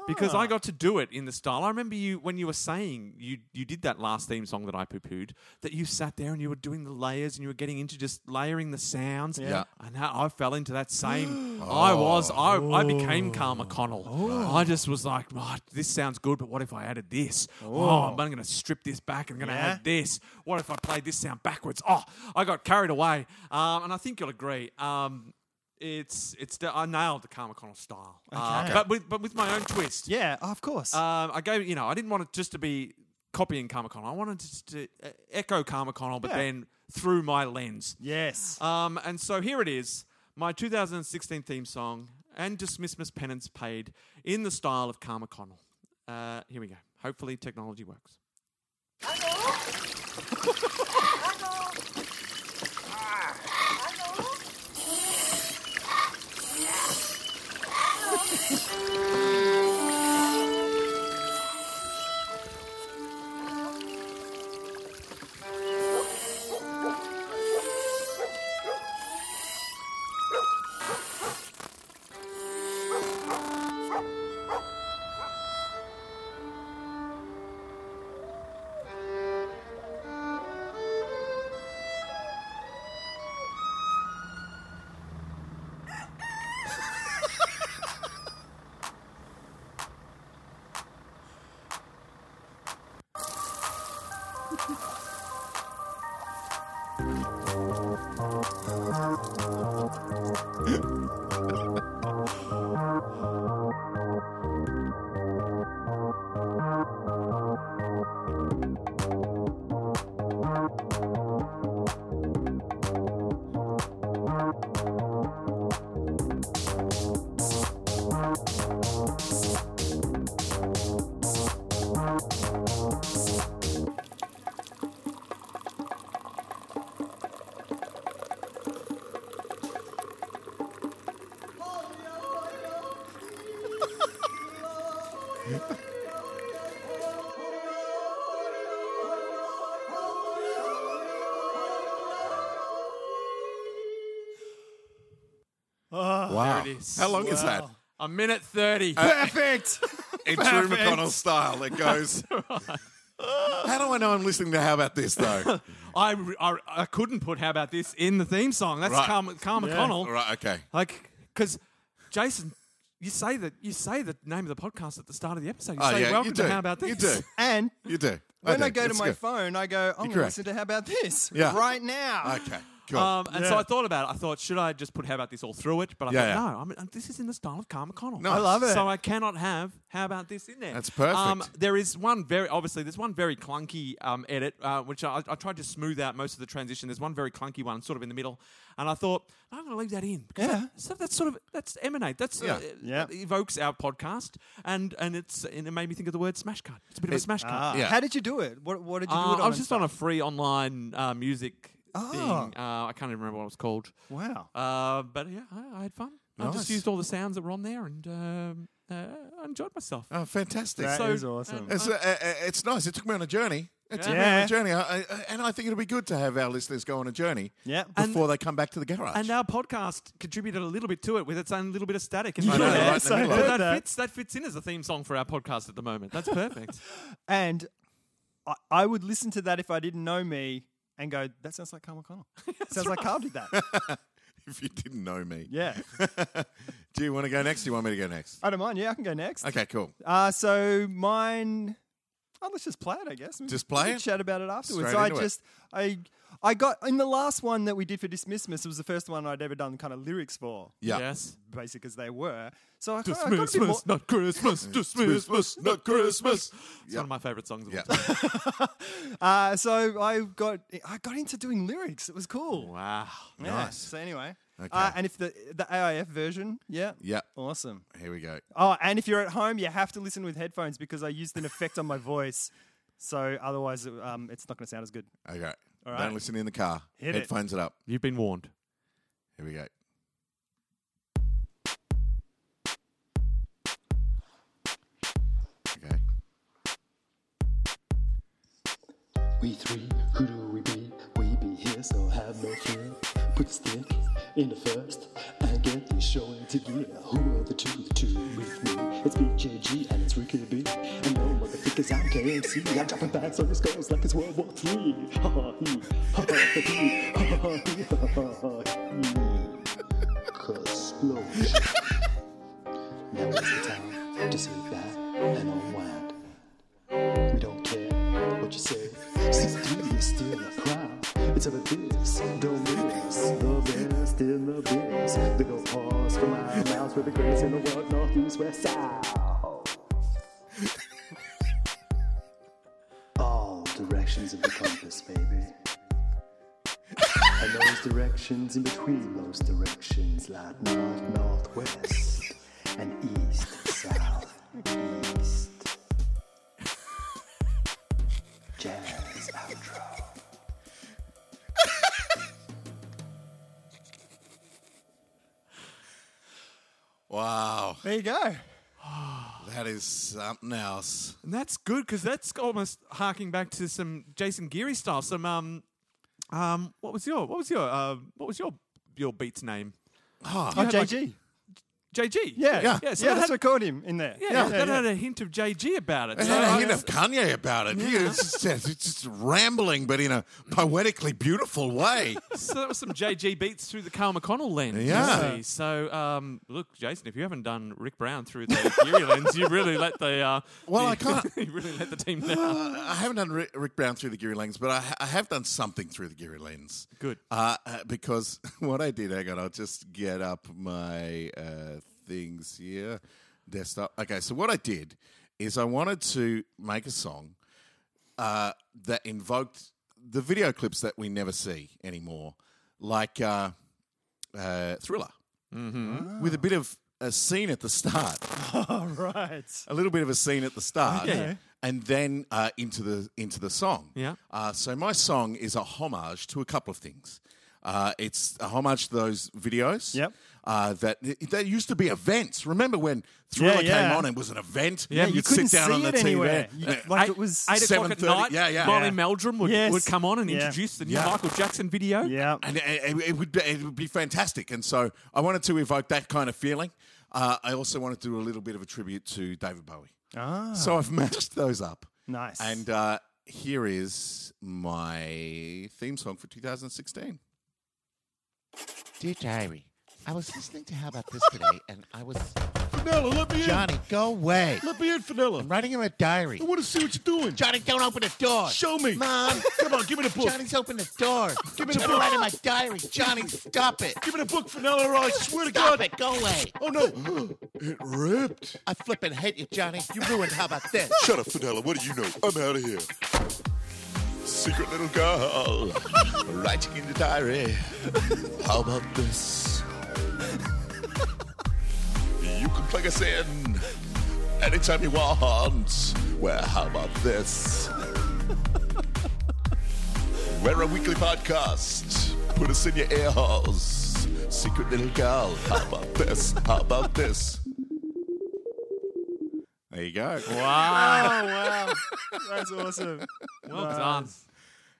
Speaker 4: because I got to do it in the style. I remember you when you were saying you you did that last theme song that I poo pooed. That you sat there and you were doing the layers and you were getting into just layering the sounds.
Speaker 1: Yeah.
Speaker 4: and I, I fell into that same. I was I, I became Carl McConnell. I just was like, oh, this sounds good, but what if I added this? Oh, I'm going to strip this back and going to
Speaker 3: Yeah.
Speaker 4: add this. What if I played this sound backwards? Oh, I got carried away. Um, and I think you'll agree. Um, it's it's the, I nailed the Carl McConnell style, Uh,
Speaker 3: Okay.
Speaker 4: but with but with my own twist.
Speaker 3: Yeah, of course.
Speaker 1: Uh,
Speaker 4: Um, I gave you know I didn't want it just to be copying Karma Connell. I wanted just to uh, echo Karma Connell, but
Speaker 3: Yeah.
Speaker 4: then through my lens.
Speaker 1: uh,
Speaker 3: yes.
Speaker 4: Um, and so here it is, my 2016 theme song and dismissmas penance paid in the style of Karma Connell. Uh, here we go. Hopefully technology works.
Speaker 1: Wow.
Speaker 4: There it is.
Speaker 1: How long is that?
Speaker 3: Wow.
Speaker 4: A minute thirty.
Speaker 3: Perfect.
Speaker 1: In true
Speaker 3: Perfect.
Speaker 1: McConnell style, it goes. How do I know I'm listening to How About This, though?
Speaker 4: I, re- I I couldn't put how about this in the theme song. That's
Speaker 1: Right.
Speaker 4: Karma Karma
Speaker 3: Yeah.
Speaker 4: Connell.
Speaker 1: right, okay.
Speaker 4: Like, because Jason, you say that you say the name of the podcast at the start of the episode. You
Speaker 1: Oh,
Speaker 4: say
Speaker 1: yeah,
Speaker 4: welcome
Speaker 1: you do.
Speaker 4: to How About This.
Speaker 1: You do.
Speaker 3: (laughs) and
Speaker 1: You do.
Speaker 3: when
Speaker 1: do.
Speaker 3: I, go to
Speaker 1: It's
Speaker 3: my
Speaker 1: good.
Speaker 3: phone, I go, I'm going to
Speaker 1: correct.
Speaker 3: listen to How About This
Speaker 1: Yeah.
Speaker 3: right now.
Speaker 1: Okay, cool.
Speaker 4: Um, and so
Speaker 3: Yeah.
Speaker 4: I thought about it. I thought, should I just put How About This all through it? But I
Speaker 1: Yeah,
Speaker 4: thought,
Speaker 1: yeah.
Speaker 4: no, I'm, I'm- this is in the style of Carl McConnell.
Speaker 1: Nice. I love
Speaker 3: it.
Speaker 4: So I cannot have How About This in there. Um,
Speaker 1: That's perfect.
Speaker 4: there is one very, obviously, there's one very clunky um, edit, uh, which I, I tried to smooth out most of the transition. There's one very clunky one sort of in the middle. And I thought, I'm going to leave that in. Because
Speaker 3: Yeah.
Speaker 4: that- so that's sort of, that's emanate. That's,
Speaker 1: Yeah.
Speaker 4: uh,
Speaker 3: Yeah.
Speaker 4: that evokes our podcast. And, and it's, and it made me think of the word smash cut. It's a bit of a smash cut.
Speaker 3: Ah,
Speaker 1: Yeah.
Speaker 3: How did you do it? What, what did you do
Speaker 4: Uh,
Speaker 3: it on?
Speaker 4: I was
Speaker 3: and
Speaker 4: just on a free online uh, music thing.
Speaker 3: Oh.
Speaker 4: Uh, I can't even remember what it was called.
Speaker 3: stuff? Wow.
Speaker 4: Uh, but yeah, I, I had fun. I
Speaker 1: Nice.
Speaker 4: just used all the sounds that were on there and um, uh, I enjoyed myself.
Speaker 1: oh, fantastic.
Speaker 3: That
Speaker 1: So-
Speaker 4: so-
Speaker 3: is awesome.
Speaker 4: and-
Speaker 1: it's, uh, uh, uh, it's nice. It took me on a journey. It took me on
Speaker 3: Yeah.
Speaker 1: a journey. I, I, and I think it'll be good to have our listeners go on a journey
Speaker 3: yeah.
Speaker 1: before they come back to the garage.
Speaker 4: And our podcast contributed a little bit to it with its own little bit of static. In (laughs)
Speaker 1: I
Speaker 4: front
Speaker 1: know,
Speaker 4: of it.
Speaker 1: right in the
Speaker 3: Yes, I
Speaker 1: middle of
Speaker 4: But
Speaker 1: it.
Speaker 3: heard
Speaker 4: that
Speaker 3: that.
Speaker 4: fits, that fits in as a theme song for our podcast at the moment. That's (laughs) perfect.
Speaker 3: And I, I would listen to that if I didn't know me and go, that sounds like Carl McConnell. (laughs) sounds like Carl did that.
Speaker 1: if you didn't know me.
Speaker 3: Yeah.
Speaker 1: Do you want to go next? Do you want me to go next?
Speaker 3: I don't mind. Yeah, I can go next.
Speaker 1: (laughs) Okay, cool.
Speaker 3: Uh, so mine. Oh, let's just play it, I guess. We
Speaker 1: Just play
Speaker 3: can
Speaker 1: it?
Speaker 3: Chat about it afterwards.
Speaker 1: Straight
Speaker 3: So I
Speaker 1: into it.
Speaker 3: just I I got in the last one that we did for Dismissmas. It was the first one I'd ever done kind of lyrics for,
Speaker 1: Yeah.
Speaker 4: Yes.
Speaker 3: basic as they were. So I, kinda- I got a bit more.
Speaker 4: Christmas, not Christmas. Just Christmas, not Christmas. It's
Speaker 1: Yeah.
Speaker 4: one of my favorite songs of
Speaker 1: Yeah.
Speaker 4: all time.
Speaker 3: Uh, so I got I got into doing lyrics. It was cool.
Speaker 4: Wow.
Speaker 3: Yeah,
Speaker 1: Nice.
Speaker 3: So anyway, uh,
Speaker 1: Okay.
Speaker 3: and if the the AIF version, yeah,
Speaker 1: Yeah.
Speaker 3: awesome.
Speaker 1: Here we go.
Speaker 3: Oh, and if you're at home, you have to listen with headphones because I used an effect on my voice. So otherwise, um, it's not going to sound as good.
Speaker 1: Okay.
Speaker 3: All
Speaker 1: Don't
Speaker 3: right.
Speaker 1: listen in the car.
Speaker 3: Hit it.
Speaker 1: Headphones it up.
Speaker 4: You've been warned.
Speaker 1: Here we go. Okay.
Speaker 5: We three, who do we be? We be here, so have no fear. Put the stick in the first and I get the assurance of you now. Who are the two, the two with me? It's BJG and it's Ricky B. And no motherfuckers out KFC. I'm dropping bags on your skulls like it's World War Three. Ha ha he, ha ha he, ha ha he, ha ha ha he. Explosion. (laughs) Now is the time to sit back and unwind. We don't care what you say. 63 is still a crowd. It's a biz, don't miss. The best in the biz. They go pause for mile miles with the grace in the world, north, east, west, south. All directions of the compass, baby. And those directions in between those directions, like north, northwest, and east, south, east. Jazz outro.
Speaker 1: Wow,
Speaker 3: There you go.
Speaker 1: (sighs) that is something else.
Speaker 4: And that's good because that's almost harking back to some Jason Geary stuff. Some um, um, what was your what was your uh, what was your your beat's name?
Speaker 3: Oh,
Speaker 4: had, like-
Speaker 3: JG.
Speaker 4: JG.
Speaker 1: Yeah.
Speaker 3: yeah.
Speaker 4: yeah. So
Speaker 3: yeah,
Speaker 4: that
Speaker 3: that's
Speaker 4: had-
Speaker 3: what caught him in there.
Speaker 4: Yeah,
Speaker 3: yeah,
Speaker 4: that had a hint of JG
Speaker 1: (laughs)
Speaker 4: about it.
Speaker 1: It
Speaker 4: So uh,
Speaker 1: had a
Speaker 4: I-
Speaker 1: hint of Kanye about it. He was just, it's just rambling, but in a poetically beautiful way.
Speaker 4: so that was some JG beats through the Carl McConnell lens. you
Speaker 1: Yeah.
Speaker 4: see. So um, look, Jason, if you haven't done Rick Brown through the (laughs) Geary lens, you really let the uh,
Speaker 1: Well,
Speaker 4: you-
Speaker 1: I can't-
Speaker 4: (laughs) you really let the team
Speaker 1: Uh,
Speaker 4: down.
Speaker 1: I haven't done Rick, Rick Brown through the Geary lens, but I, ha- I have done something through the Geary lens.
Speaker 4: Good.
Speaker 1: Uh, uh, because (laughs) what I did, hang on, I'll just get up my uh, things here, desktop. Okay, so what I did is I wanted to make a song uh, that invoked the video clips that we never see anymore, like uh, uh, Thriller, mm-hmm. with a bit of a scene at the start
Speaker 3: All (laughs) right.
Speaker 1: a little bit of a scene at the start,
Speaker 4: Okay.
Speaker 1: and then uh, into the into the song.
Speaker 4: Yeah.
Speaker 1: Uh, so my song is a homage to a couple of things. Uh, it's a homage to those videos.
Speaker 3: Yep.
Speaker 1: Uh, that that used to be events. Remember when Thriller
Speaker 3: yeah.
Speaker 1: came on? It was an event.
Speaker 4: Yeah,
Speaker 1: you'd
Speaker 4: you
Speaker 1: sit
Speaker 3: couldn't
Speaker 1: down
Speaker 3: see
Speaker 1: on the
Speaker 3: it
Speaker 1: TV.
Speaker 3: anywhere. You-
Speaker 1: Yeah.
Speaker 3: like
Speaker 4: eight,
Speaker 3: it was.
Speaker 4: eight o'clock at
Speaker 1: 7:30.
Speaker 4: night.
Speaker 1: Yeah, yeah.
Speaker 4: Molly
Speaker 1: Yeah.
Speaker 4: Meldrum would,
Speaker 3: Yes.
Speaker 4: would come on and
Speaker 3: Yeah.
Speaker 4: introduce the new
Speaker 1: Yeah.
Speaker 4: Michael Jackson video.
Speaker 3: yeah.
Speaker 1: and it, it- it would be, it would be fantastic. And so I wanted to evoke that kind of feeling. Uh, I also wanted to do a little bit of a tribute to David Bowie.
Speaker 3: Ah.
Speaker 1: So I've matched those up.
Speaker 3: Nice.
Speaker 1: And uh, here is my theme song for 2016.
Speaker 6: Dear diary, I was listening to How About This today, and I was. Johnny, go away. Let me in, Fenella. I'm writing him a diary. I want to see what you're doing. Johnny, don't open the door. Show me. Mom. (laughs) Come on, give me the book. Johnny's opened the door. Give me the book. I'm writing my diary. Johnny, stop it. Give me the book, Fenella, or I swear to God. Stop it. Go away. Oh, no.
Speaker 7: It ripped.
Speaker 6: I flippin' hate you, Johnny. You ruined How About This.
Speaker 7: Shut up, Fidella. What do you know? I'm out of here. Secret little girl, (laughs) writing in the diary. How about this? You can plug us in anytime you want. Well, how about this? We're a weekly podcast. Put us in your ear holes. Secret little girl, how about this? How about this?
Speaker 1: There you go.
Speaker 4: Wow.
Speaker 3: Oh wow, that's awesome.
Speaker 4: Well done.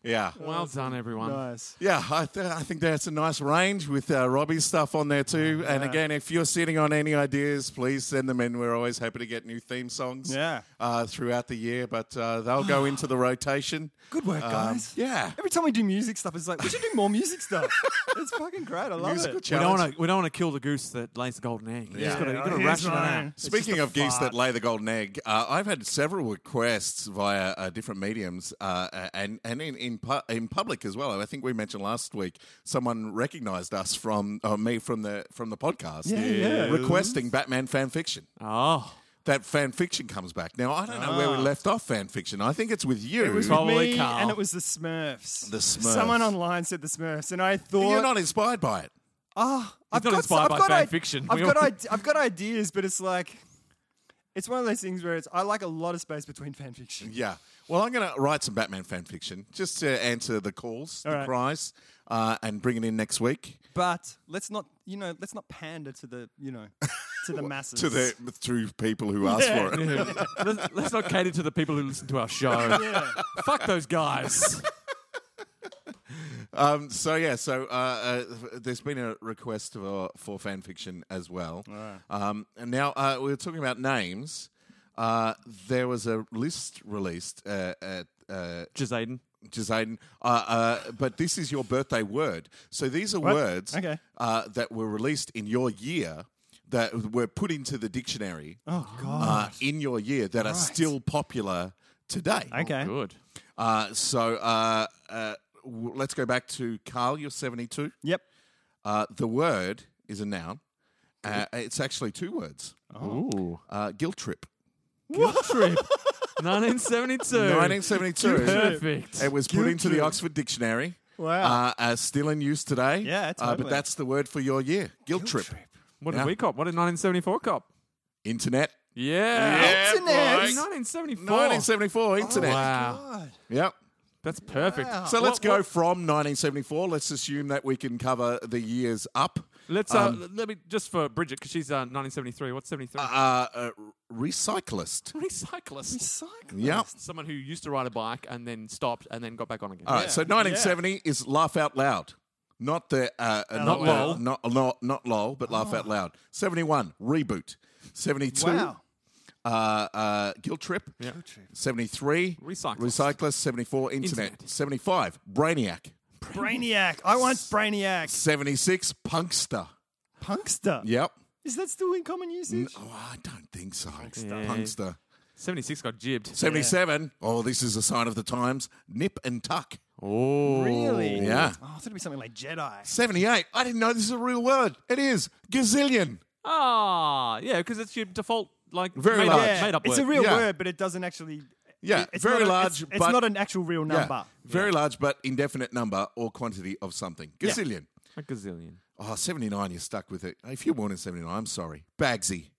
Speaker 1: Yeah.
Speaker 4: Well done, everyone.
Speaker 3: Nice.
Speaker 1: Yeah, I, th- I think that's a nice range with uh, Robbie's stuff on there too. And again, if you're sitting on any ideas, please send them in. We're always happy to get new theme songs
Speaker 3: Yeah.
Speaker 1: uh, throughout the year, but uh, they'll go into the rotation.
Speaker 3: Good work,
Speaker 1: Um,
Speaker 3: guys.
Speaker 1: yeah.
Speaker 3: Every time we do music stuff, it's like we should do more music stuff. it's fucking great. I love
Speaker 1: Musical
Speaker 3: it.
Speaker 4: We don't
Speaker 1: challenge.
Speaker 4: want to. We don't want to kill the goose that lays the golden egg. You
Speaker 1: Yeah.
Speaker 4: just gotta, you
Speaker 3: Yeah,
Speaker 4: gotta
Speaker 3: here's
Speaker 4: ration it out.
Speaker 3: mine. It's just
Speaker 1: Speaking
Speaker 3: a
Speaker 1: of geese
Speaker 3: fart.
Speaker 1: that lay the golden egg, uh, I've had several requests via uh, different mediums uh, a- and and in in, pu- in public as well. I think we mentioned last week someone recognised us from uh, me from the from the podcast,
Speaker 3: Yeah, yeah.
Speaker 1: requesting Batman fan fiction.
Speaker 4: Oh,
Speaker 1: That fan fiction comes back now. I don't know where we left off fan fiction. I think it's with you.
Speaker 3: Ah. It was with
Speaker 4: Probably
Speaker 3: me,
Speaker 4: Carl.
Speaker 3: and it was the Smurfs.
Speaker 1: The Smurfs.
Speaker 3: Someone online said the Smurfs, and I thought,
Speaker 1: You're not inspired by it.
Speaker 3: oh, I've
Speaker 4: not
Speaker 3: got,
Speaker 4: inspired
Speaker 3: I've
Speaker 4: by
Speaker 3: got
Speaker 4: fan
Speaker 3: i-
Speaker 4: fiction.
Speaker 3: I've
Speaker 4: We
Speaker 3: got,
Speaker 4: all- (laughs)
Speaker 3: ide- I've got ideas, but it's like, it's one of those things where it's I like a lot of space between fan fiction.
Speaker 1: Yeah. Well, I'm going to write some Batman fan fiction just to answer the calls, the
Speaker 3: right.
Speaker 1: cries, uh, and bring it in next week.
Speaker 3: But let's not, you know, let's not pander to the, you know, to the
Speaker 1: (laughs)
Speaker 3: masses.
Speaker 1: to the to people who ask for it.
Speaker 4: let's, let's not cater (laughs) to the people who listen to our show. Fuck those guys.
Speaker 1: Um, (laughs) so yeah, so uh, uh, there's been a request for for fan fiction as well. Um, and now uh, we were talking about names. Uh, there was a list released uh, at. Uh,
Speaker 4: Jazaden.
Speaker 1: Jazaden, uh, uh, but this is your birthday word. So these are words
Speaker 3: Okay.
Speaker 1: uh, that were released in your year that were put into the dictionary
Speaker 3: Oh God.
Speaker 1: uh, in your year that are still popular today.
Speaker 3: okay.
Speaker 4: Good.
Speaker 1: Uh, so uh, uh, w- let's go back to Carl. You're 72.
Speaker 3: Yep.
Speaker 1: Uh, the word is a noun. Uh, it's actually two words.
Speaker 4: Ooh.
Speaker 1: Uh, guilt trip.
Speaker 4: 1972.
Speaker 1: 1972.
Speaker 4: Perfect.
Speaker 1: It was put into the Oxford Dictionary.
Speaker 3: Wow.
Speaker 1: Uh, uh, still in use today.
Speaker 3: Yeah,
Speaker 1: uh, but
Speaker 3: totally.
Speaker 1: that's the word for your year. Guilt, trip.
Speaker 4: What did
Speaker 1: Yeah.
Speaker 4: we cop? What did 1974 cop?
Speaker 1: Internet.
Speaker 4: Yeah.
Speaker 1: Yeah, Internet. boy.
Speaker 4: 1974.
Speaker 1: 1974. Internet.
Speaker 4: Wow.
Speaker 3: God.
Speaker 1: Yep.
Speaker 4: That's perfect.
Speaker 1: So let's
Speaker 4: What-
Speaker 1: go
Speaker 4: what-
Speaker 1: from 1974. Let's assume that we can cover the years up.
Speaker 4: Let's uh, l- let me just for Bridget because she's uh, 1973. What's 73?
Speaker 1: Uh, uh, recyclist.
Speaker 4: Recyclist.
Speaker 1: Yep.
Speaker 4: Someone who used to ride a bike and then stopped and then got back on again.
Speaker 1: All right. So 1970 is laugh out loud, not the uh, uh, not
Speaker 4: LOL.
Speaker 1: lol, not not not lol, but laugh out loud. 71 reboot. 72
Speaker 3: Wow.
Speaker 1: uh, uh, guilt trip.
Speaker 3: trip.
Speaker 1: 73
Speaker 4: Recyclist.
Speaker 1: recyclist. 74 internet.
Speaker 4: Internet.
Speaker 1: 75 brainiac.
Speaker 3: Brainiac. I want Brainiac.
Speaker 1: 76 punkster.
Speaker 3: Punkster.
Speaker 1: Yep.
Speaker 3: Is that still in common usage?
Speaker 1: Oh, I don't think so.
Speaker 4: Yeah.
Speaker 1: punkster.
Speaker 4: 76 got jibbed.
Speaker 1: 77. Oh, this is a sign of the times. Nip and tuck.
Speaker 4: Oh.
Speaker 3: Really?
Speaker 1: Yeah.
Speaker 3: Oh, I thought it'd be something like Jedi.
Speaker 1: 78. I didn't know this is a real word. It is. Gazillion.
Speaker 4: Ah, yeah, because it's your default like
Speaker 1: Very
Speaker 4: made
Speaker 1: large.
Speaker 4: up,
Speaker 3: Yeah.
Speaker 4: made up
Speaker 3: It's
Speaker 4: word.
Speaker 3: a real
Speaker 1: Yeah.
Speaker 3: word, but it doesn't actually.
Speaker 1: Yeah,
Speaker 3: it- it's
Speaker 1: very
Speaker 3: not a-
Speaker 1: large,
Speaker 3: it's, it's
Speaker 1: but-
Speaker 3: not an actual real number.
Speaker 1: Yeah. Very large but indefinite number or quantity of something. Gazillion.
Speaker 4: a gazillion.
Speaker 1: Oh, 79, you're stuck with it. If you're born in 79, I'm sorry. Bagsy.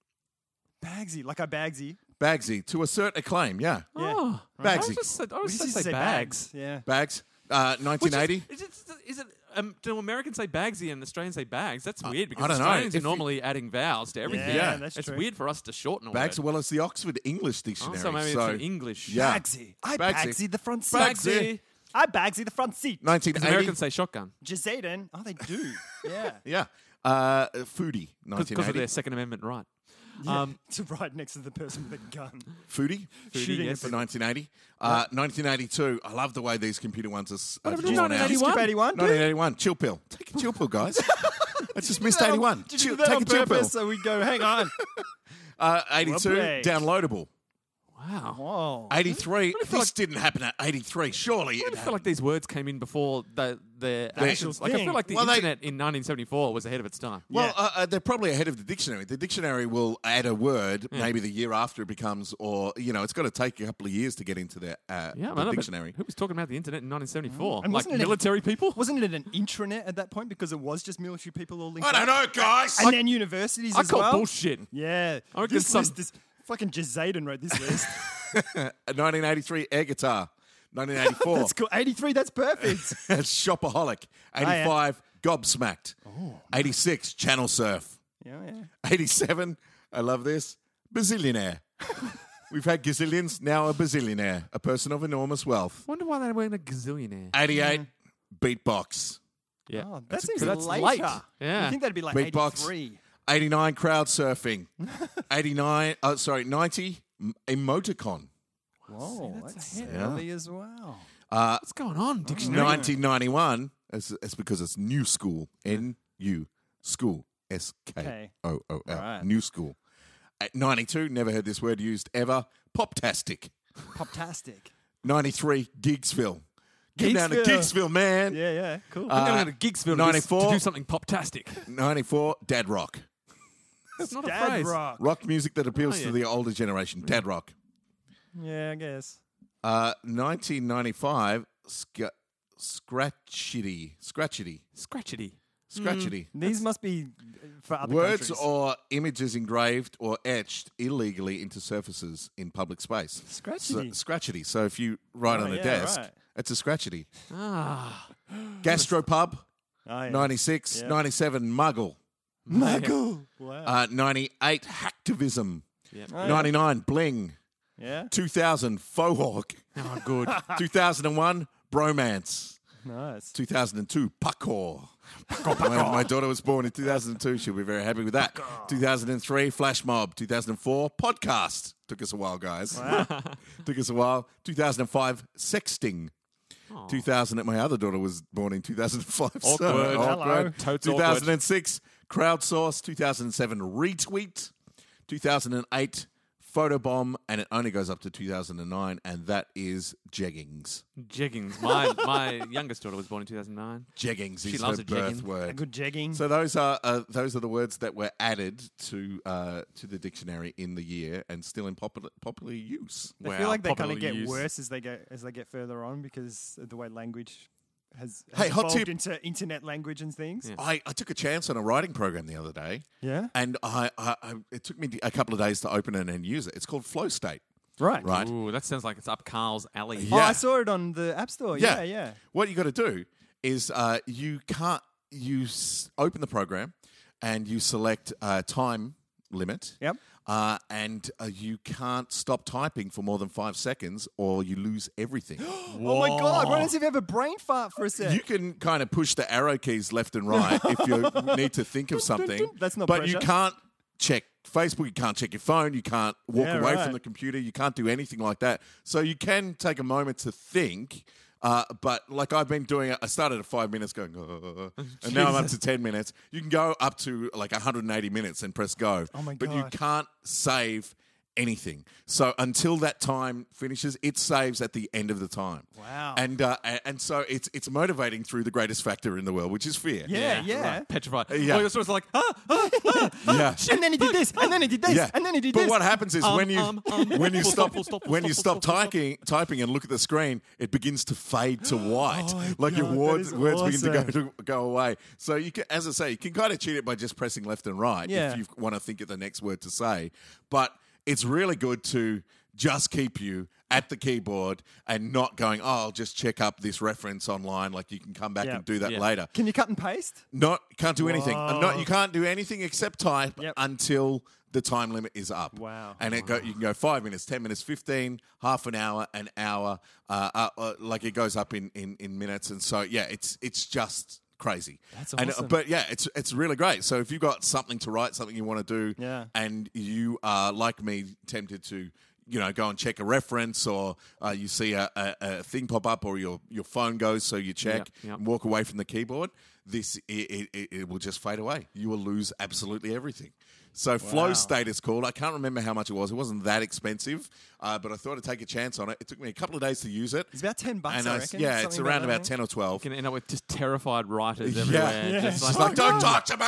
Speaker 3: Bagsy, like I Bagsy.
Speaker 1: Bagsy, to assert a claim, yeah.
Speaker 3: Yeah.
Speaker 4: Oh, I
Speaker 1: Bagsy.
Speaker 4: was just, I
Speaker 3: We
Speaker 4: was
Speaker 3: just used
Speaker 4: just
Speaker 3: to
Speaker 4: say, bags.
Speaker 3: Yeah.
Speaker 1: Bags, uh,
Speaker 4: Which is-
Speaker 1: 1980.
Speaker 4: Is, it, is it, um, do Americans say bagsy and Australians say bags? That's weird because
Speaker 1: I don't know.
Speaker 4: Australians
Speaker 1: If
Speaker 4: are
Speaker 1: you-
Speaker 4: normally adding vowels to everything.
Speaker 3: Yeah, that's
Speaker 4: it's
Speaker 3: true.
Speaker 4: weird for us to shorten a
Speaker 1: Bags,
Speaker 4: word.
Speaker 1: well, it's the Oxford English Dictionary.
Speaker 4: so maybe
Speaker 1: so-
Speaker 4: it's an English.
Speaker 1: Yeah.
Speaker 3: Bagsy. I
Speaker 1: Bagsy.
Speaker 3: Bagsy. the front seat.
Speaker 1: Bagsy.
Speaker 3: I Bagsy the front seat.
Speaker 1: 1980.
Speaker 4: Americans say shotgun
Speaker 3: Jazaden. Oh,
Speaker 1: (laughs)
Speaker 3: they do. yeah.
Speaker 1: yeah. Uh, foodie,
Speaker 4: because of
Speaker 1: 1980.
Speaker 4: their Second Amendment right. Um,
Speaker 3: (laughs) to right next to the person with a
Speaker 4: (laughs)
Speaker 3: gun.
Speaker 1: Foodie,
Speaker 3: Shooting
Speaker 4: yes.
Speaker 1: for 1980. Uh, 1982. I love the way these computer ones are. s- Uh,
Speaker 4: happened to
Speaker 1: drawn out.
Speaker 4: 1981?
Speaker 3: Skip 81. dude.
Speaker 1: 1981. Chill pill. Take a chill pill, guys. I just missed 81.
Speaker 3: Did you
Speaker 1: Chill-
Speaker 3: do that
Speaker 1: take
Speaker 3: on
Speaker 1: a chill pill.
Speaker 3: purpose? So we go, hang
Speaker 4: (laughs)
Speaker 3: on.
Speaker 1: Uh, 82,
Speaker 3: Well played.
Speaker 1: downloadable.
Speaker 4: Wow.
Speaker 3: Oh.
Speaker 1: 83, this
Speaker 4: feel like-
Speaker 1: didn't happen at 83, surely.
Speaker 4: I
Speaker 1: It
Speaker 4: feel
Speaker 1: happened.
Speaker 4: like these words came in before the the actual. Like I
Speaker 3: thing.
Speaker 4: feel like the
Speaker 1: Well, they-
Speaker 4: internet in 1974 was ahead of its time.
Speaker 1: well, uh, uh, they're probably ahead of the dictionary. The dictionary will add a word maybe the year after it becomes, or, you know, it's got to take a couple of years to get into the, uh,
Speaker 4: Yeah,
Speaker 1: the
Speaker 4: man, but
Speaker 1: dictionary.
Speaker 4: Who was talking about the internet in 1974?
Speaker 3: And
Speaker 4: Like
Speaker 3: wasn't it a-
Speaker 4: military people?
Speaker 3: (laughs) Wasn't it an intranet at that point because it was just military people all linked
Speaker 1: I don't
Speaker 3: up?
Speaker 1: know, guys.
Speaker 3: And then universities
Speaker 4: I
Speaker 3: as
Speaker 4: call
Speaker 3: well.
Speaker 4: bullshit.
Speaker 3: Yeah.
Speaker 4: I reckon
Speaker 3: this
Speaker 4: some-
Speaker 3: list is fucking Jazaden wrote this
Speaker 4: (laughs)
Speaker 3: list.
Speaker 1: 1983, Uh, air guitar.
Speaker 4: (laughs)
Speaker 1: 1984,
Speaker 3: that's cool. 83, that's perfect. (laughs)
Speaker 1: (laughs) shopaholic.
Speaker 4: Oh,
Speaker 1: 85, gobsmacked. 86, channel surf.
Speaker 3: yeah, yeah.
Speaker 1: 87, I love this, bazillionaire. (laughs) We've had gazillions, now a bazillionaire, a person of enormous wealth.
Speaker 4: Wonder why they weren't a gazillionaire.
Speaker 1: 88 beatbox
Speaker 4: Yeah.
Speaker 3: Oh, that seems
Speaker 4: but that's
Speaker 3: later.
Speaker 4: late.
Speaker 3: You
Speaker 4: Yeah.
Speaker 3: think that'd be like
Speaker 1: Beatbox.
Speaker 3: 83.
Speaker 1: 89 crowd
Speaker 4: (laughs)
Speaker 1: surfing 89 uh, sorry 90 m- emoticon
Speaker 3: Whoa, that's,
Speaker 4: ahead.
Speaker 3: early as well.
Speaker 1: Uh,
Speaker 4: What's going on, dictionary?
Speaker 1: 1991 it's, it's because it's new school n-u school s-k-o-o-l
Speaker 3: Right.
Speaker 1: new school At 92 never heard this word used ever poptastic
Speaker 3: Poptastic.
Speaker 1: 93 gigsville Get down to
Speaker 3: Gigsville.
Speaker 1: gigsville man
Speaker 3: Yeah, yeah, cool.
Speaker 4: I'm
Speaker 1: uh,
Speaker 4: going to go to Gigsville to do s-
Speaker 1: 94.
Speaker 4: to do something poptastic.
Speaker 1: 94 dad rock
Speaker 4: It's not a
Speaker 3: Dad
Speaker 4: phrase.
Speaker 3: rock.
Speaker 1: rock music that appeals
Speaker 4: Oh,
Speaker 1: to
Speaker 4: yeah.
Speaker 1: the older generation dad rock
Speaker 3: Yeah, I guess.
Speaker 1: Uh, 1995, sc- Scratchity. Scratchity.
Speaker 4: Scratchity.
Speaker 1: Scratchity.
Speaker 3: These must be uh, for Mm. other
Speaker 1: Words
Speaker 3: countries.
Speaker 1: or images engraved or etched illegally into surfaces in public space.
Speaker 3: Scratchity.
Speaker 1: So, scratchity. So if you write
Speaker 3: Oh,
Speaker 1: on a
Speaker 3: yeah,
Speaker 1: desk,
Speaker 3: right.
Speaker 1: it's a scratchity.
Speaker 3: (gasps)
Speaker 4: Ah.
Speaker 1: Gastropub,
Speaker 3: Oh, yeah.
Speaker 1: 96.
Speaker 3: Yeah.
Speaker 1: 97, Muggle.
Speaker 3: Muggle. Wow.
Speaker 1: Uh, 98, Hacktivism.
Speaker 3: Oh, yeah.
Speaker 1: 99, Bling.
Speaker 3: Yeah.
Speaker 1: 2000, Fohawk. (laughs)
Speaker 4: Oh, good.
Speaker 1: 2001, Bromance.
Speaker 3: Nice.
Speaker 1: 2002, Paco. My, my daughter was born in 2002. She'll be very happy with that. 2003, Flash Mob. 2004, Podcast. Took us a while, guys.
Speaker 4: (laughs)
Speaker 1: Took us a while. 2005, Sexting. 2000, and my other daughter was born in 2005. so-
Speaker 4: Awkward. Hello.
Speaker 1: awkward.
Speaker 4: Totes awkward.
Speaker 1: 2006, Crowdsource. 2007, Retweet. 2008, Photobomb. And it only goes up to 2009, and that is Jeggings.
Speaker 4: Jeggings. My my (laughs) youngest daughter was born in 2009.
Speaker 1: Jeggings
Speaker 4: She
Speaker 1: is
Speaker 4: loves
Speaker 1: her
Speaker 4: a jegging.
Speaker 1: birth
Speaker 3: A
Speaker 1: word.
Speaker 3: good jegging.
Speaker 1: So those are uh, those are the words that were added to uh, to the dictionary in the year and still in popular popular
Speaker 3: (laughs)
Speaker 1: use.
Speaker 3: I feel like they kind of get worse as they get as they get further on because of the way language has, has
Speaker 1: Hey, hot
Speaker 3: evolved
Speaker 1: tip.
Speaker 3: into internet language and things.
Speaker 4: Yeah.
Speaker 1: I, I took a chance on a writing program the other day,
Speaker 3: Yeah?
Speaker 1: and I, I, I it took me a couple of days to open it and use it. It's called Flow State,
Speaker 3: Right.
Speaker 1: right?
Speaker 4: Ooh, that sounds like it's up Carl's alley.
Speaker 3: Oh,
Speaker 1: Yeah.
Speaker 3: I saw it on the App Store. Yeah, yeah.
Speaker 1: What you got to do is uh, you can't you s- open the program and you select uh, time limit.
Speaker 3: Yep.
Speaker 1: Uh, and uh, you can't stop typing for more than five seconds, or you lose
Speaker 3: (gasps)
Speaker 1: everything. (gasps)
Speaker 3: Oh my god, why don't you have a brain fart for a sec?
Speaker 1: you can kind of push the arrow keys left and right if
Speaker 3: (laughs)
Speaker 1: you need to think of something.
Speaker 3: That's not
Speaker 1: But you
Speaker 3: pressure.
Speaker 1: can't check Facebook. You can't check your phone. You can't walk
Speaker 3: Yeah,
Speaker 1: away
Speaker 3: right.
Speaker 1: from the computer. You can't do anything like that. So you can take a moment to think. Uh, but like I've been doing, it- I started at five minutes going,
Speaker 3: (laughs)
Speaker 1: "Uh," and now I'm up to ten minutes. You can go up to like 180 minutes and press go.
Speaker 3: Oh my
Speaker 1: But you
Speaker 3: God.
Speaker 1: can't save anything. So until that time finishes, it saves at the end of the time.
Speaker 3: Wow.
Speaker 1: And uh, a- and so it's it's motivating through the greatest factor in the world, which is fear.
Speaker 4: (laughs)
Speaker 3: yeah, yeah.
Speaker 4: Right, petrified.
Speaker 1: Yeah.
Speaker 4: Like, so it's like, ah, ah,
Speaker 1: yeah.
Speaker 3: And then he did this, and then he did this,
Speaker 1: Yeah.
Speaker 3: and then he did
Speaker 1: but
Speaker 3: this.
Speaker 1: what happens is
Speaker 4: Um,
Speaker 1: when you
Speaker 4: um, um.
Speaker 1: when you
Speaker 4: Full
Speaker 1: stop
Speaker 4: stop, full stop, full
Speaker 1: when you
Speaker 4: stop, full
Speaker 1: stop
Speaker 4: stop, Oh full
Speaker 1: typing typing and look at the screen, it begins to fade
Speaker 4: (gasps)
Speaker 1: to white.
Speaker 3: my
Speaker 1: like your
Speaker 3: God, that
Speaker 1: words
Speaker 3: is
Speaker 1: words begin to go
Speaker 3: awesome.
Speaker 1: to go away. So you can, as I say, you can kind of cheat it by just pressing left and right
Speaker 3: Yeah.
Speaker 1: if you want to think of the next word to say. But it's really good to just keep you at the keyboard and not going. Oh, I'll just check up this reference online. Like you can come back
Speaker 3: Yeah.
Speaker 1: and do that
Speaker 4: Yeah.
Speaker 1: later.
Speaker 3: Can you cut and paste?
Speaker 1: Not can't do anything. Uh, Not
Speaker 3: Whoa.
Speaker 1: you can't do anything except type
Speaker 3: Yep.
Speaker 1: until the time limit is up.
Speaker 3: Wow.
Speaker 1: And it go, you can go five minutes, ten minutes, fifteen, half an hour, an hour. Uh, uh, uh, like it goes up in, in in minutes, and so yeah, it's it's just crazy.
Speaker 3: That's
Speaker 1: And, uh,
Speaker 3: awesome.
Speaker 1: but yeah, it's it's really great. So if you've got something to write, something you want to do,
Speaker 3: Yeah.
Speaker 1: and you are like me, tempted to. You know, go and check a reference, or uh, you see a, a, a thing pop up, or your, your phone goes, so you check
Speaker 4: Yep, yep.
Speaker 1: and walk away from the keyboard, this it, it, it will just fade away. You will lose absolutely everything. So flow state is called. I can't remember how much it was. It wasn't that expensive, uh, but I thought I'd take a chance on it. It took me a couple of days to use it.
Speaker 3: It's about 10 bucks, I
Speaker 1: s-
Speaker 3: reckon,
Speaker 1: yeah, it's
Speaker 3: something
Speaker 1: around
Speaker 3: about
Speaker 1: about
Speaker 3: that.
Speaker 1: ten or twelve.
Speaker 4: Can end up with just terrified writers
Speaker 1: Yeah,
Speaker 4: everywhere.
Speaker 1: (laughs) yeah.
Speaker 4: Just
Speaker 1: It's
Speaker 4: like,
Speaker 1: just like
Speaker 3: "Oh,
Speaker 1: don't talk to me.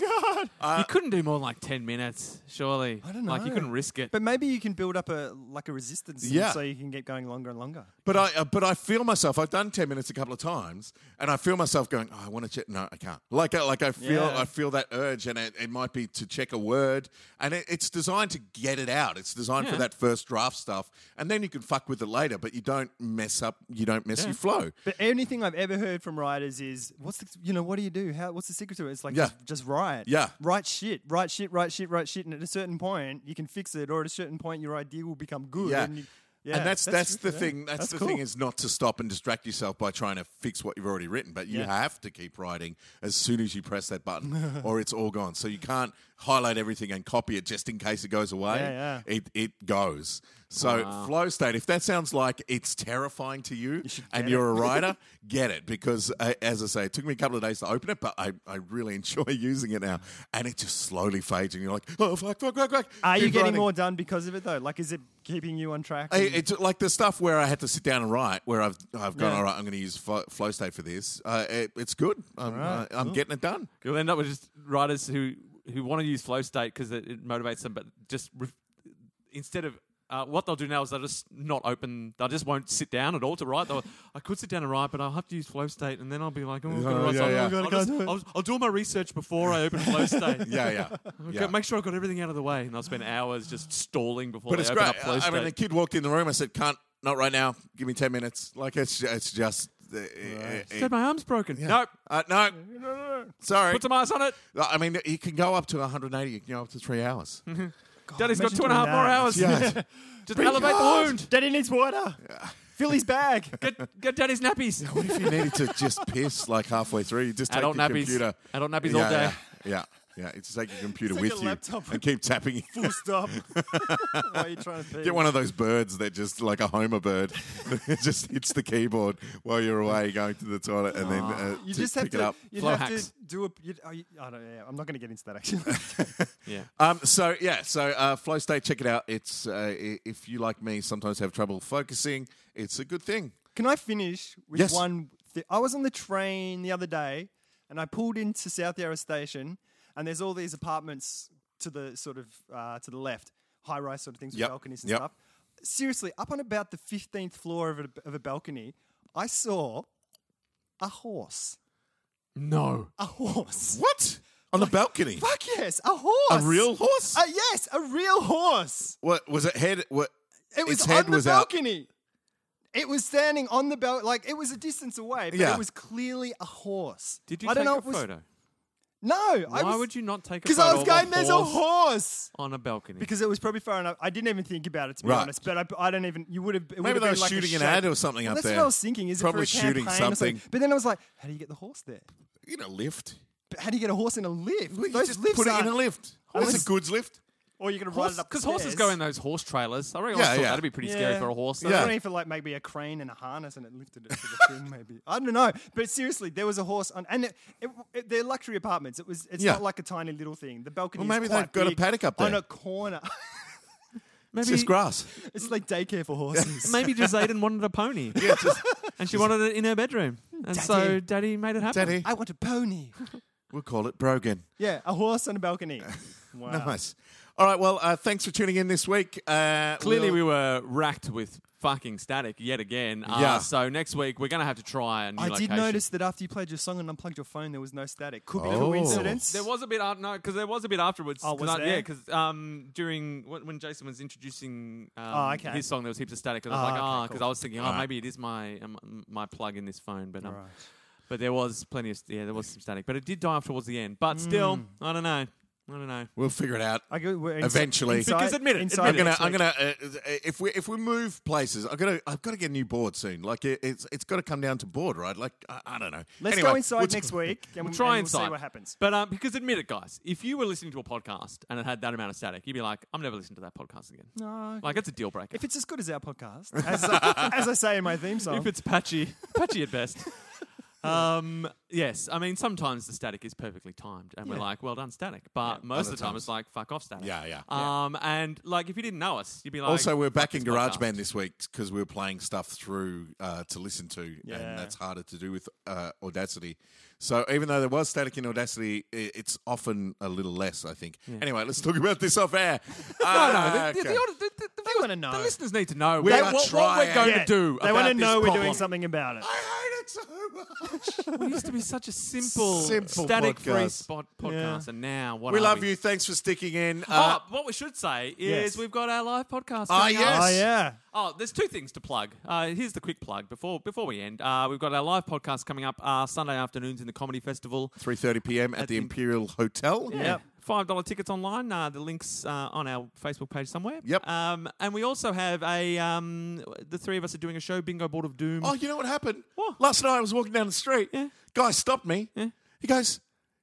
Speaker 4: you couldn't do more than like 10 minutes, surely.
Speaker 3: I don't know.
Speaker 4: Like, you couldn't risk it.
Speaker 3: But maybe you can build up a like a resistance and
Speaker 1: Yeah.
Speaker 3: so you can get going longer and longer.
Speaker 1: But I, uh, but I feel myself. I've done ten minutes a couple of times, and I feel myself going. Oh, I want to check. No, I can't. Like, I, like I feel,
Speaker 3: Yeah.
Speaker 1: I feel that urge, and it, it might be to check a word, and it, it's designed to get it out. It's designed for
Speaker 4: Yeah.
Speaker 1: that first draft stuff, and then you can fuck with it later. But you don't mess up. You don't mess your flow.
Speaker 3: But anything I've ever heard from writers is, what's the, you know, what do you do? How, what's the secret to it? It's like,
Speaker 1: Yeah.
Speaker 3: just, just write.
Speaker 1: Yeah.
Speaker 3: Write shit, write shit, write shit, write shit. And at a certain point, you can fix it, or at a certain point, your idea will become good.
Speaker 1: Yeah.
Speaker 3: And, you, yeah,
Speaker 1: and that's that's, the
Speaker 3: yeah.
Speaker 1: thing. That's, the thing
Speaker 3: cool.
Speaker 1: is not to stop and distract yourself by trying to fix what you've already written, but you
Speaker 3: Yeah.
Speaker 1: have to keep writing as soon as you press that
Speaker 3: (laughs)
Speaker 1: button, or it's all gone. So you can't highlight everything and copy it just in case it goes away.
Speaker 3: Yeah,
Speaker 1: It it goes. So flow state. If that sounds like it's terrifying to you, and you're a
Speaker 3: (laughs)
Speaker 1: writer, get it because uh, as I say, it took me a couple of days to open it, but I, I really (laughs) enjoy using it now, and it just slowly fades, and you're like, oh fuck, fuck, fuck, fuck.
Speaker 3: Are you
Speaker 1: Keep
Speaker 3: getting
Speaker 1: writing.
Speaker 3: more done because of it though? Like, is it keeping you on track?
Speaker 1: I,
Speaker 4: Mm.
Speaker 3: and-
Speaker 1: e- it's like the stuff where I had to sit down and write, where I've I've gone,
Speaker 3: Yeah.
Speaker 1: all right, I'm going to use flow, flow state for this. Uh, it, it's good. I'm,
Speaker 3: right,
Speaker 1: I, am getting it done.
Speaker 4: You'll end up with just writers who who want to use flow state because it, it motivates them, but just re- instead of uh, what they'll do now is they'll just not open. They just won't sit down at all to write. They'll, I could sit down and write, but I'll have to use flow state, and then I'll be like, oh, I've got to
Speaker 1: Oh,
Speaker 4: write
Speaker 1: yeah,
Speaker 4: something.
Speaker 1: yeah.
Speaker 4: I'll, just- I'll, I'll do all my research before I open flow state.
Speaker 1: Yeah,
Speaker 4: (laughs)
Speaker 1: yeah.
Speaker 4: I've
Speaker 1: yeah.
Speaker 4: got- Make sure I've got everything out of the way, and I'll spend hours just stalling before
Speaker 1: but
Speaker 4: they
Speaker 1: it's
Speaker 4: open
Speaker 1: great.
Speaker 4: up flow
Speaker 1: I
Speaker 4: state.
Speaker 1: mean, the kid walked in the room. I said, "Can't, not right now. Give me ten minutes." Like it's ju- it's just. uh, uh,
Speaker 4: Said my arm's broken.
Speaker 1: yeah.
Speaker 4: Nope.
Speaker 1: Uh, no, sorry.
Speaker 4: Put some ice on it.
Speaker 1: I mean, you can go up to 180. You can go up to three
Speaker 4: (laughs)
Speaker 1: hours.
Speaker 4: Daddy's got
Speaker 3: imagine
Speaker 4: two and a half
Speaker 3: doing
Speaker 4: more
Speaker 3: that.
Speaker 4: hours.
Speaker 1: Yeah.
Speaker 4: just elevate the wound.
Speaker 3: Daddy needs water. Fill his
Speaker 1: (laughs)
Speaker 3: bag.
Speaker 4: Get, get daddy's nappies.
Speaker 1: What if you needed to just piss like halfway through? You just take
Speaker 4: Adult
Speaker 1: your
Speaker 4: nappies.
Speaker 1: computer.
Speaker 4: Adult nappies
Speaker 1: yeah,
Speaker 4: all day.
Speaker 1: Yeah, yeah. yeah. You just take your computer
Speaker 3: Take
Speaker 1: with
Speaker 3: your
Speaker 1: you
Speaker 3: laptop
Speaker 1: and keep tapping. it.
Speaker 3: Full stop. (laughs) Why are you trying to pee?
Speaker 1: Get one of those birds that just like a Homer bird, (laughs) that just hits the keyboard while you're away going to the toilet, and then uh,
Speaker 3: You
Speaker 1: to
Speaker 3: just have
Speaker 1: pick
Speaker 3: to.
Speaker 1: it up.
Speaker 3: You'd
Speaker 4: Flow
Speaker 3: have
Speaker 4: hacks.
Speaker 3: to do a. You'd, oh, you, I don't. Yeah, I'm not going to get into that actually.
Speaker 1: (laughs)
Speaker 4: Yeah.
Speaker 1: Um, so yeah, so uh, Flow State, check it out. It's uh, i- if you like me, sometimes have trouble focusing. It's a good thing.
Speaker 3: Can I finish with
Speaker 1: Yes.
Speaker 3: one? Th- I was on the train the other day, and I pulled into South Yarra Station, and there's all these apartments to the sort of uh, to the left, high rise sort of things with
Speaker 1: Yep,
Speaker 3: balconies and
Speaker 1: yep.
Speaker 3: stuff. Seriously, up on about the fifteenth floor of a, of a balcony, I saw a horse.
Speaker 4: No.
Speaker 3: A horse.
Speaker 1: What on the balcony?
Speaker 3: Fuck yes, a horse.
Speaker 1: A real horse?
Speaker 3: Uh, yes, a real horse.
Speaker 1: what was it? Head? What?
Speaker 3: It was
Speaker 1: Its head
Speaker 3: on the
Speaker 1: was out.
Speaker 3: balcony. It was standing on the belt, like it was a distance away, but
Speaker 1: Yeah.
Speaker 3: it was clearly a horse.
Speaker 4: Did you
Speaker 3: I don't
Speaker 4: take
Speaker 3: know,
Speaker 4: a
Speaker 3: it was-
Speaker 4: photo?
Speaker 3: No,
Speaker 4: Why would you not take a
Speaker 3: Because
Speaker 4: photo?
Speaker 3: I was going,
Speaker 4: of
Speaker 3: "There's a horse."
Speaker 4: on a balcony.
Speaker 3: Because it was probably far enough. I didn't even think about it to be
Speaker 1: Right.
Speaker 3: honest. But I, I don't even. You would have. it would
Speaker 1: Maybe
Speaker 3: have
Speaker 1: they
Speaker 3: been
Speaker 1: were
Speaker 3: like a
Speaker 1: shooting an
Speaker 3: shape.
Speaker 1: ad or something up
Speaker 3: That's
Speaker 1: there.
Speaker 3: what I was thinking. Is
Speaker 1: Probably
Speaker 3: it for a
Speaker 1: shooting
Speaker 3: campaign or
Speaker 1: something.
Speaker 3: But then I was like, "How do you get the horse there?
Speaker 1: You know, lift.
Speaker 3: But how do you get a horse in a lift?
Speaker 1: Well, you
Speaker 3: Those
Speaker 1: just
Speaker 3: lifts
Speaker 1: put it in a
Speaker 3: aren't-
Speaker 1: lift. That's a
Speaker 3: Unless-
Speaker 1: goods lift.
Speaker 3: Or you're going to ride it up.
Speaker 4: Because horses go in those horse trailers. I reckon
Speaker 1: Yeah,
Speaker 4: I thought
Speaker 1: yeah.
Speaker 4: that'd be pretty scary for a horse.
Speaker 3: I
Speaker 1: Yeah.
Speaker 3: don't know if it like maybe a crane and a harness and it lifted it to the thing. Maybe I don't know. But seriously, there was a horse on, and it, it, it, they're luxury apartments. It was. It's
Speaker 1: Yeah.
Speaker 3: not like a tiny little thing. The balcony.
Speaker 1: Well,
Speaker 3: is
Speaker 1: maybe they've
Speaker 3: quite
Speaker 1: got a
Speaker 3: big
Speaker 1: paddock up
Speaker 3: on
Speaker 1: there.
Speaker 3: a corner. (laughs)
Speaker 4: Maybe
Speaker 1: It's just grass.
Speaker 3: It's like daycare for horses.
Speaker 4: (laughs) maybe Jazaden wanted a (laughs) pony. and she wanted it in her bedroom. And so
Speaker 3: Daddy.
Speaker 4: Daddy made it happen.
Speaker 1: Daddy,
Speaker 3: I want a pony.
Speaker 1: we'll call it Brogan.
Speaker 3: Yeah, a horse on a balcony. Wow.
Speaker 1: Nice. All right. Well, uh, thanks for tuning in this week. Uh,
Speaker 4: Clearly,
Speaker 1: we'll-
Speaker 4: we were racked with fucking static yet again. Uh,
Speaker 1: Yeah.
Speaker 4: So next week we're going to have to try a new
Speaker 3: I
Speaker 4: location.
Speaker 3: did notice that after you played your song and unplugged your phone, there was no static. Could be coincidence.
Speaker 4: There was a bit after, no, because there was a bit afterwards.
Speaker 3: Oh, was
Speaker 4: 'cause I, yeah,
Speaker 3: there?
Speaker 4: because um, during when, when Jason was introducing um,
Speaker 3: Oh, okay.
Speaker 4: his song, there was heaps of static. 'cause I
Speaker 3: Oh,
Speaker 4: was like,
Speaker 3: okay,
Speaker 4: ah,
Speaker 3: cool.
Speaker 4: because I was thinking, oh, maybe it is my um, my plug in this phone, but um,
Speaker 3: Right.
Speaker 4: but there was plenty of st- yeah, there was some static, but it did die off towards the end. But still,
Speaker 3: Mm.
Speaker 4: I don't know, I don't know.
Speaker 1: we'll figure it out.
Speaker 3: I go, we're insi-
Speaker 1: Eventually.
Speaker 3: inside-
Speaker 4: Because admit it,
Speaker 3: inside
Speaker 1: I'm
Speaker 4: admit it.
Speaker 1: gonna,
Speaker 3: next
Speaker 1: I'm
Speaker 3: week.
Speaker 1: gonna. Uh, uh, if we if we move places, I've got to I've got to get a new board soon. Like it, it's it's got to come down to board, right? Like I, I don't know.
Speaker 3: Let's
Speaker 1: Anyway,
Speaker 3: go inside
Speaker 1: we'll-
Speaker 3: next week and
Speaker 4: We'll try
Speaker 3: and
Speaker 4: inside.
Speaker 3: we'll see what happens.
Speaker 4: But um, because admit it, guys, if you were listening to a podcast and it had that amount of static, you'd be like, I'm never listening to that podcast again.
Speaker 3: No,
Speaker 4: Like it's a deal breaker.
Speaker 3: if it's as good as our podcast, as, (laughs) I- as I say in my theme song,
Speaker 4: if it's patchy, (laughs) patchy at best. Um, yes, I mean sometimes the static is perfectly timed, and we're like, "Well done, static," but most of the
Speaker 1: Other
Speaker 4: time
Speaker 1: times.
Speaker 4: it's like, "Fuck off, static."
Speaker 1: Yeah, yeah.
Speaker 4: Um, and like if you didn't know us, you'd be
Speaker 1: (laughs)
Speaker 4: like,
Speaker 1: also, we're back
Speaker 4: "Fuck
Speaker 1: in
Speaker 4: this podcast."
Speaker 1: GarageBand this week because we were playing stuff through uh, to listen to,
Speaker 3: Yeah.
Speaker 1: and that's harder to do with uh, Audacity. So even though there was static in Audacity, i it's often a little less, I think. Anyway, let's talk about this off air.
Speaker 4: No, no,
Speaker 1: Ah,
Speaker 4: the,
Speaker 1: okay.
Speaker 4: the, the, the, the, the, viewers-
Speaker 3: wanna know.
Speaker 4: The listeners need to know
Speaker 1: We
Speaker 4: what,
Speaker 1: are
Speaker 4: what, what we're
Speaker 1: trying.
Speaker 4: going
Speaker 3: Yeah,
Speaker 4: to do.
Speaker 3: they
Speaker 4: want
Speaker 3: wanna
Speaker 4: to
Speaker 3: know we're
Speaker 4: problem.
Speaker 3: doing something about it.
Speaker 1: I hate it so much.
Speaker 4: It used to be such a simple,
Speaker 1: Simple
Speaker 4: static-free
Speaker 1: podcast.
Speaker 4: spot podcast, and now what?
Speaker 1: we
Speaker 4: are
Speaker 1: love you. Thanks for sticking in.
Speaker 4: Oh,
Speaker 1: Uh,
Speaker 4: what we should say is
Speaker 3: Yes.
Speaker 4: we've got our live podcast.
Speaker 1: Ah,
Speaker 4: coming up.
Speaker 1: yes.
Speaker 3: Oh yeah,
Speaker 4: Oh, there's two things to plug. Uh, here's the quick plug before before we end. Uh, we've got our live podcast coming up uh, Sunday afternoons in the Comedy Festival.
Speaker 1: 3:30 p.m. at, the
Speaker 4: the-
Speaker 1: Imperial Hotel.
Speaker 3: Yep.
Speaker 4: Five dollar tickets online. Uh, the links uh, on our Facebook page somewhere.
Speaker 1: Yep.
Speaker 4: Um, and we also have a. Um, the three of us are doing a show, Bingo Board of Doom.
Speaker 1: Oh, you know what happened?
Speaker 4: What?
Speaker 1: Last night I was walking down the street.
Speaker 4: Yeah.
Speaker 1: Guy stopped me.
Speaker 4: Yeah.
Speaker 1: He goes,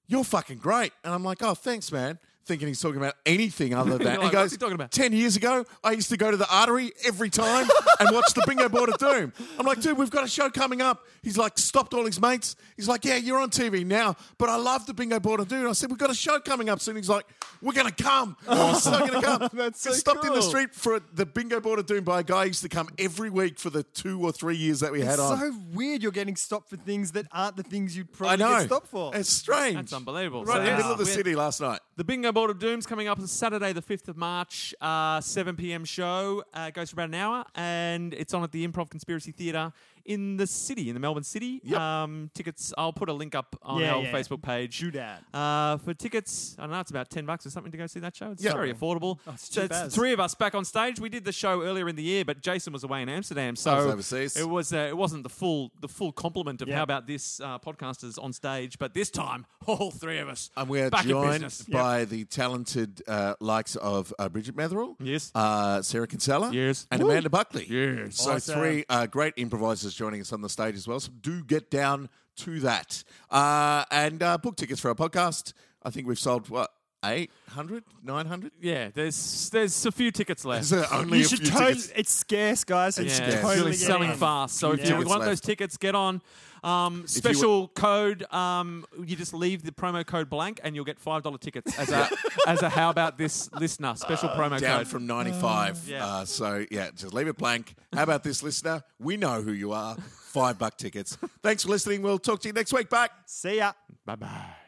Speaker 1: "You're fucking great," and I'm like, "Oh, thanks, man." Thinking he's talking about anything other
Speaker 4: (laughs)
Speaker 1: than that.
Speaker 4: You're like,
Speaker 1: he goes,
Speaker 4: "What's he talking about?"
Speaker 1: Ten years ago, I used to go to the artery every time and watch the bingo board of doom. I'm like, dude, we've got a show coming up. He's like, stopped all his mates. He's like, yeah, you're on TV now, but I love the bingo board of doom. I said, we've got a show coming up soon. He's like, we're gonna
Speaker 4: (laughs)
Speaker 1: come. We're so gonna come.
Speaker 3: That's so
Speaker 1: Got stopped in the
Speaker 3: cool.
Speaker 1: street for the bingo board of doom by a guy who used to come every week for the two or three years that we had
Speaker 3: it's
Speaker 1: on.
Speaker 3: so weird. You're getting stopped for things that aren't the things you'd
Speaker 1: I
Speaker 3: probably
Speaker 1: know.
Speaker 3: get stopped for.
Speaker 1: It's strange.
Speaker 4: That's unbelievable.
Speaker 1: Right
Speaker 4: So
Speaker 1: in the
Speaker 4: that's-
Speaker 1: middle of the
Speaker 4: we're-
Speaker 1: city last night.
Speaker 4: The Bingo Board of Doom's coming up on Saturday, the 5th of March, uh, 7 p.m. show. Uh, it goes for about an hour, and it's on at the Improv Conspiracy Theatre in the city, in the Melbourne city. Um, tickets. I'll put a link up on
Speaker 3: Yeah,
Speaker 4: our
Speaker 3: yeah.
Speaker 4: Facebook page.
Speaker 3: Do that.
Speaker 4: Uh, for tickets, I don't know it's about ten bucks or something to go see that show. It's very affordable.
Speaker 3: Oh, it's
Speaker 4: so
Speaker 3: cheap
Speaker 4: it's the
Speaker 3: as.
Speaker 4: three of us back on stage. We did the show earlier in the year, but Jason was away in Amsterdam, so
Speaker 1: was overseas.
Speaker 4: It was uh, it wasn't the full the full complement of
Speaker 3: Yeah.
Speaker 4: how about this uh, podcasters on stage, but this time all three of us
Speaker 1: And we are
Speaker 4: back in
Speaker 1: joined
Speaker 4: business.
Speaker 1: by the talented uh, likes of uh, Bridget Metherill,
Speaker 4: Yes.
Speaker 1: uh, Sarah Kinsella,
Speaker 4: Yes.
Speaker 1: and
Speaker 4: Woo.
Speaker 1: Amanda Buckley.
Speaker 4: Yes.
Speaker 1: So three uh, great improvisers joining us on the stage as well. So do get down to that uh, and uh, book tickets for our podcast. I think we've sold what 800, 900?
Speaker 4: yeah. There's there's a few tickets left.
Speaker 1: Is there only
Speaker 3: You
Speaker 1: a few
Speaker 3: should totally.
Speaker 1: tickets?
Speaker 3: It's scarce, guys. It's
Speaker 4: Yeah,
Speaker 1: Yes.
Speaker 4: it's
Speaker 3: totally
Speaker 4: really
Speaker 3: getting
Speaker 4: selling
Speaker 3: in.
Speaker 4: fast. So if
Speaker 1: Few
Speaker 4: you
Speaker 1: tickets
Speaker 4: want those
Speaker 1: left.
Speaker 4: tickets, get on. Um,
Speaker 1: you
Speaker 4: special code. Um, you just leave the promo code blank, and you'll get five dollar tickets as
Speaker 1: (laughs)
Speaker 4: a as a how about this listener special promo
Speaker 1: Uh, Down
Speaker 4: code.
Speaker 1: from 95.
Speaker 4: Yeah.
Speaker 1: Uh, so, yeah, just leave it blank. How about this, listener? We know who you are. Five buck tickets. Thanks for listening. We'll talk to you next week. Bye.
Speaker 3: See ya.
Speaker 4: bye bye.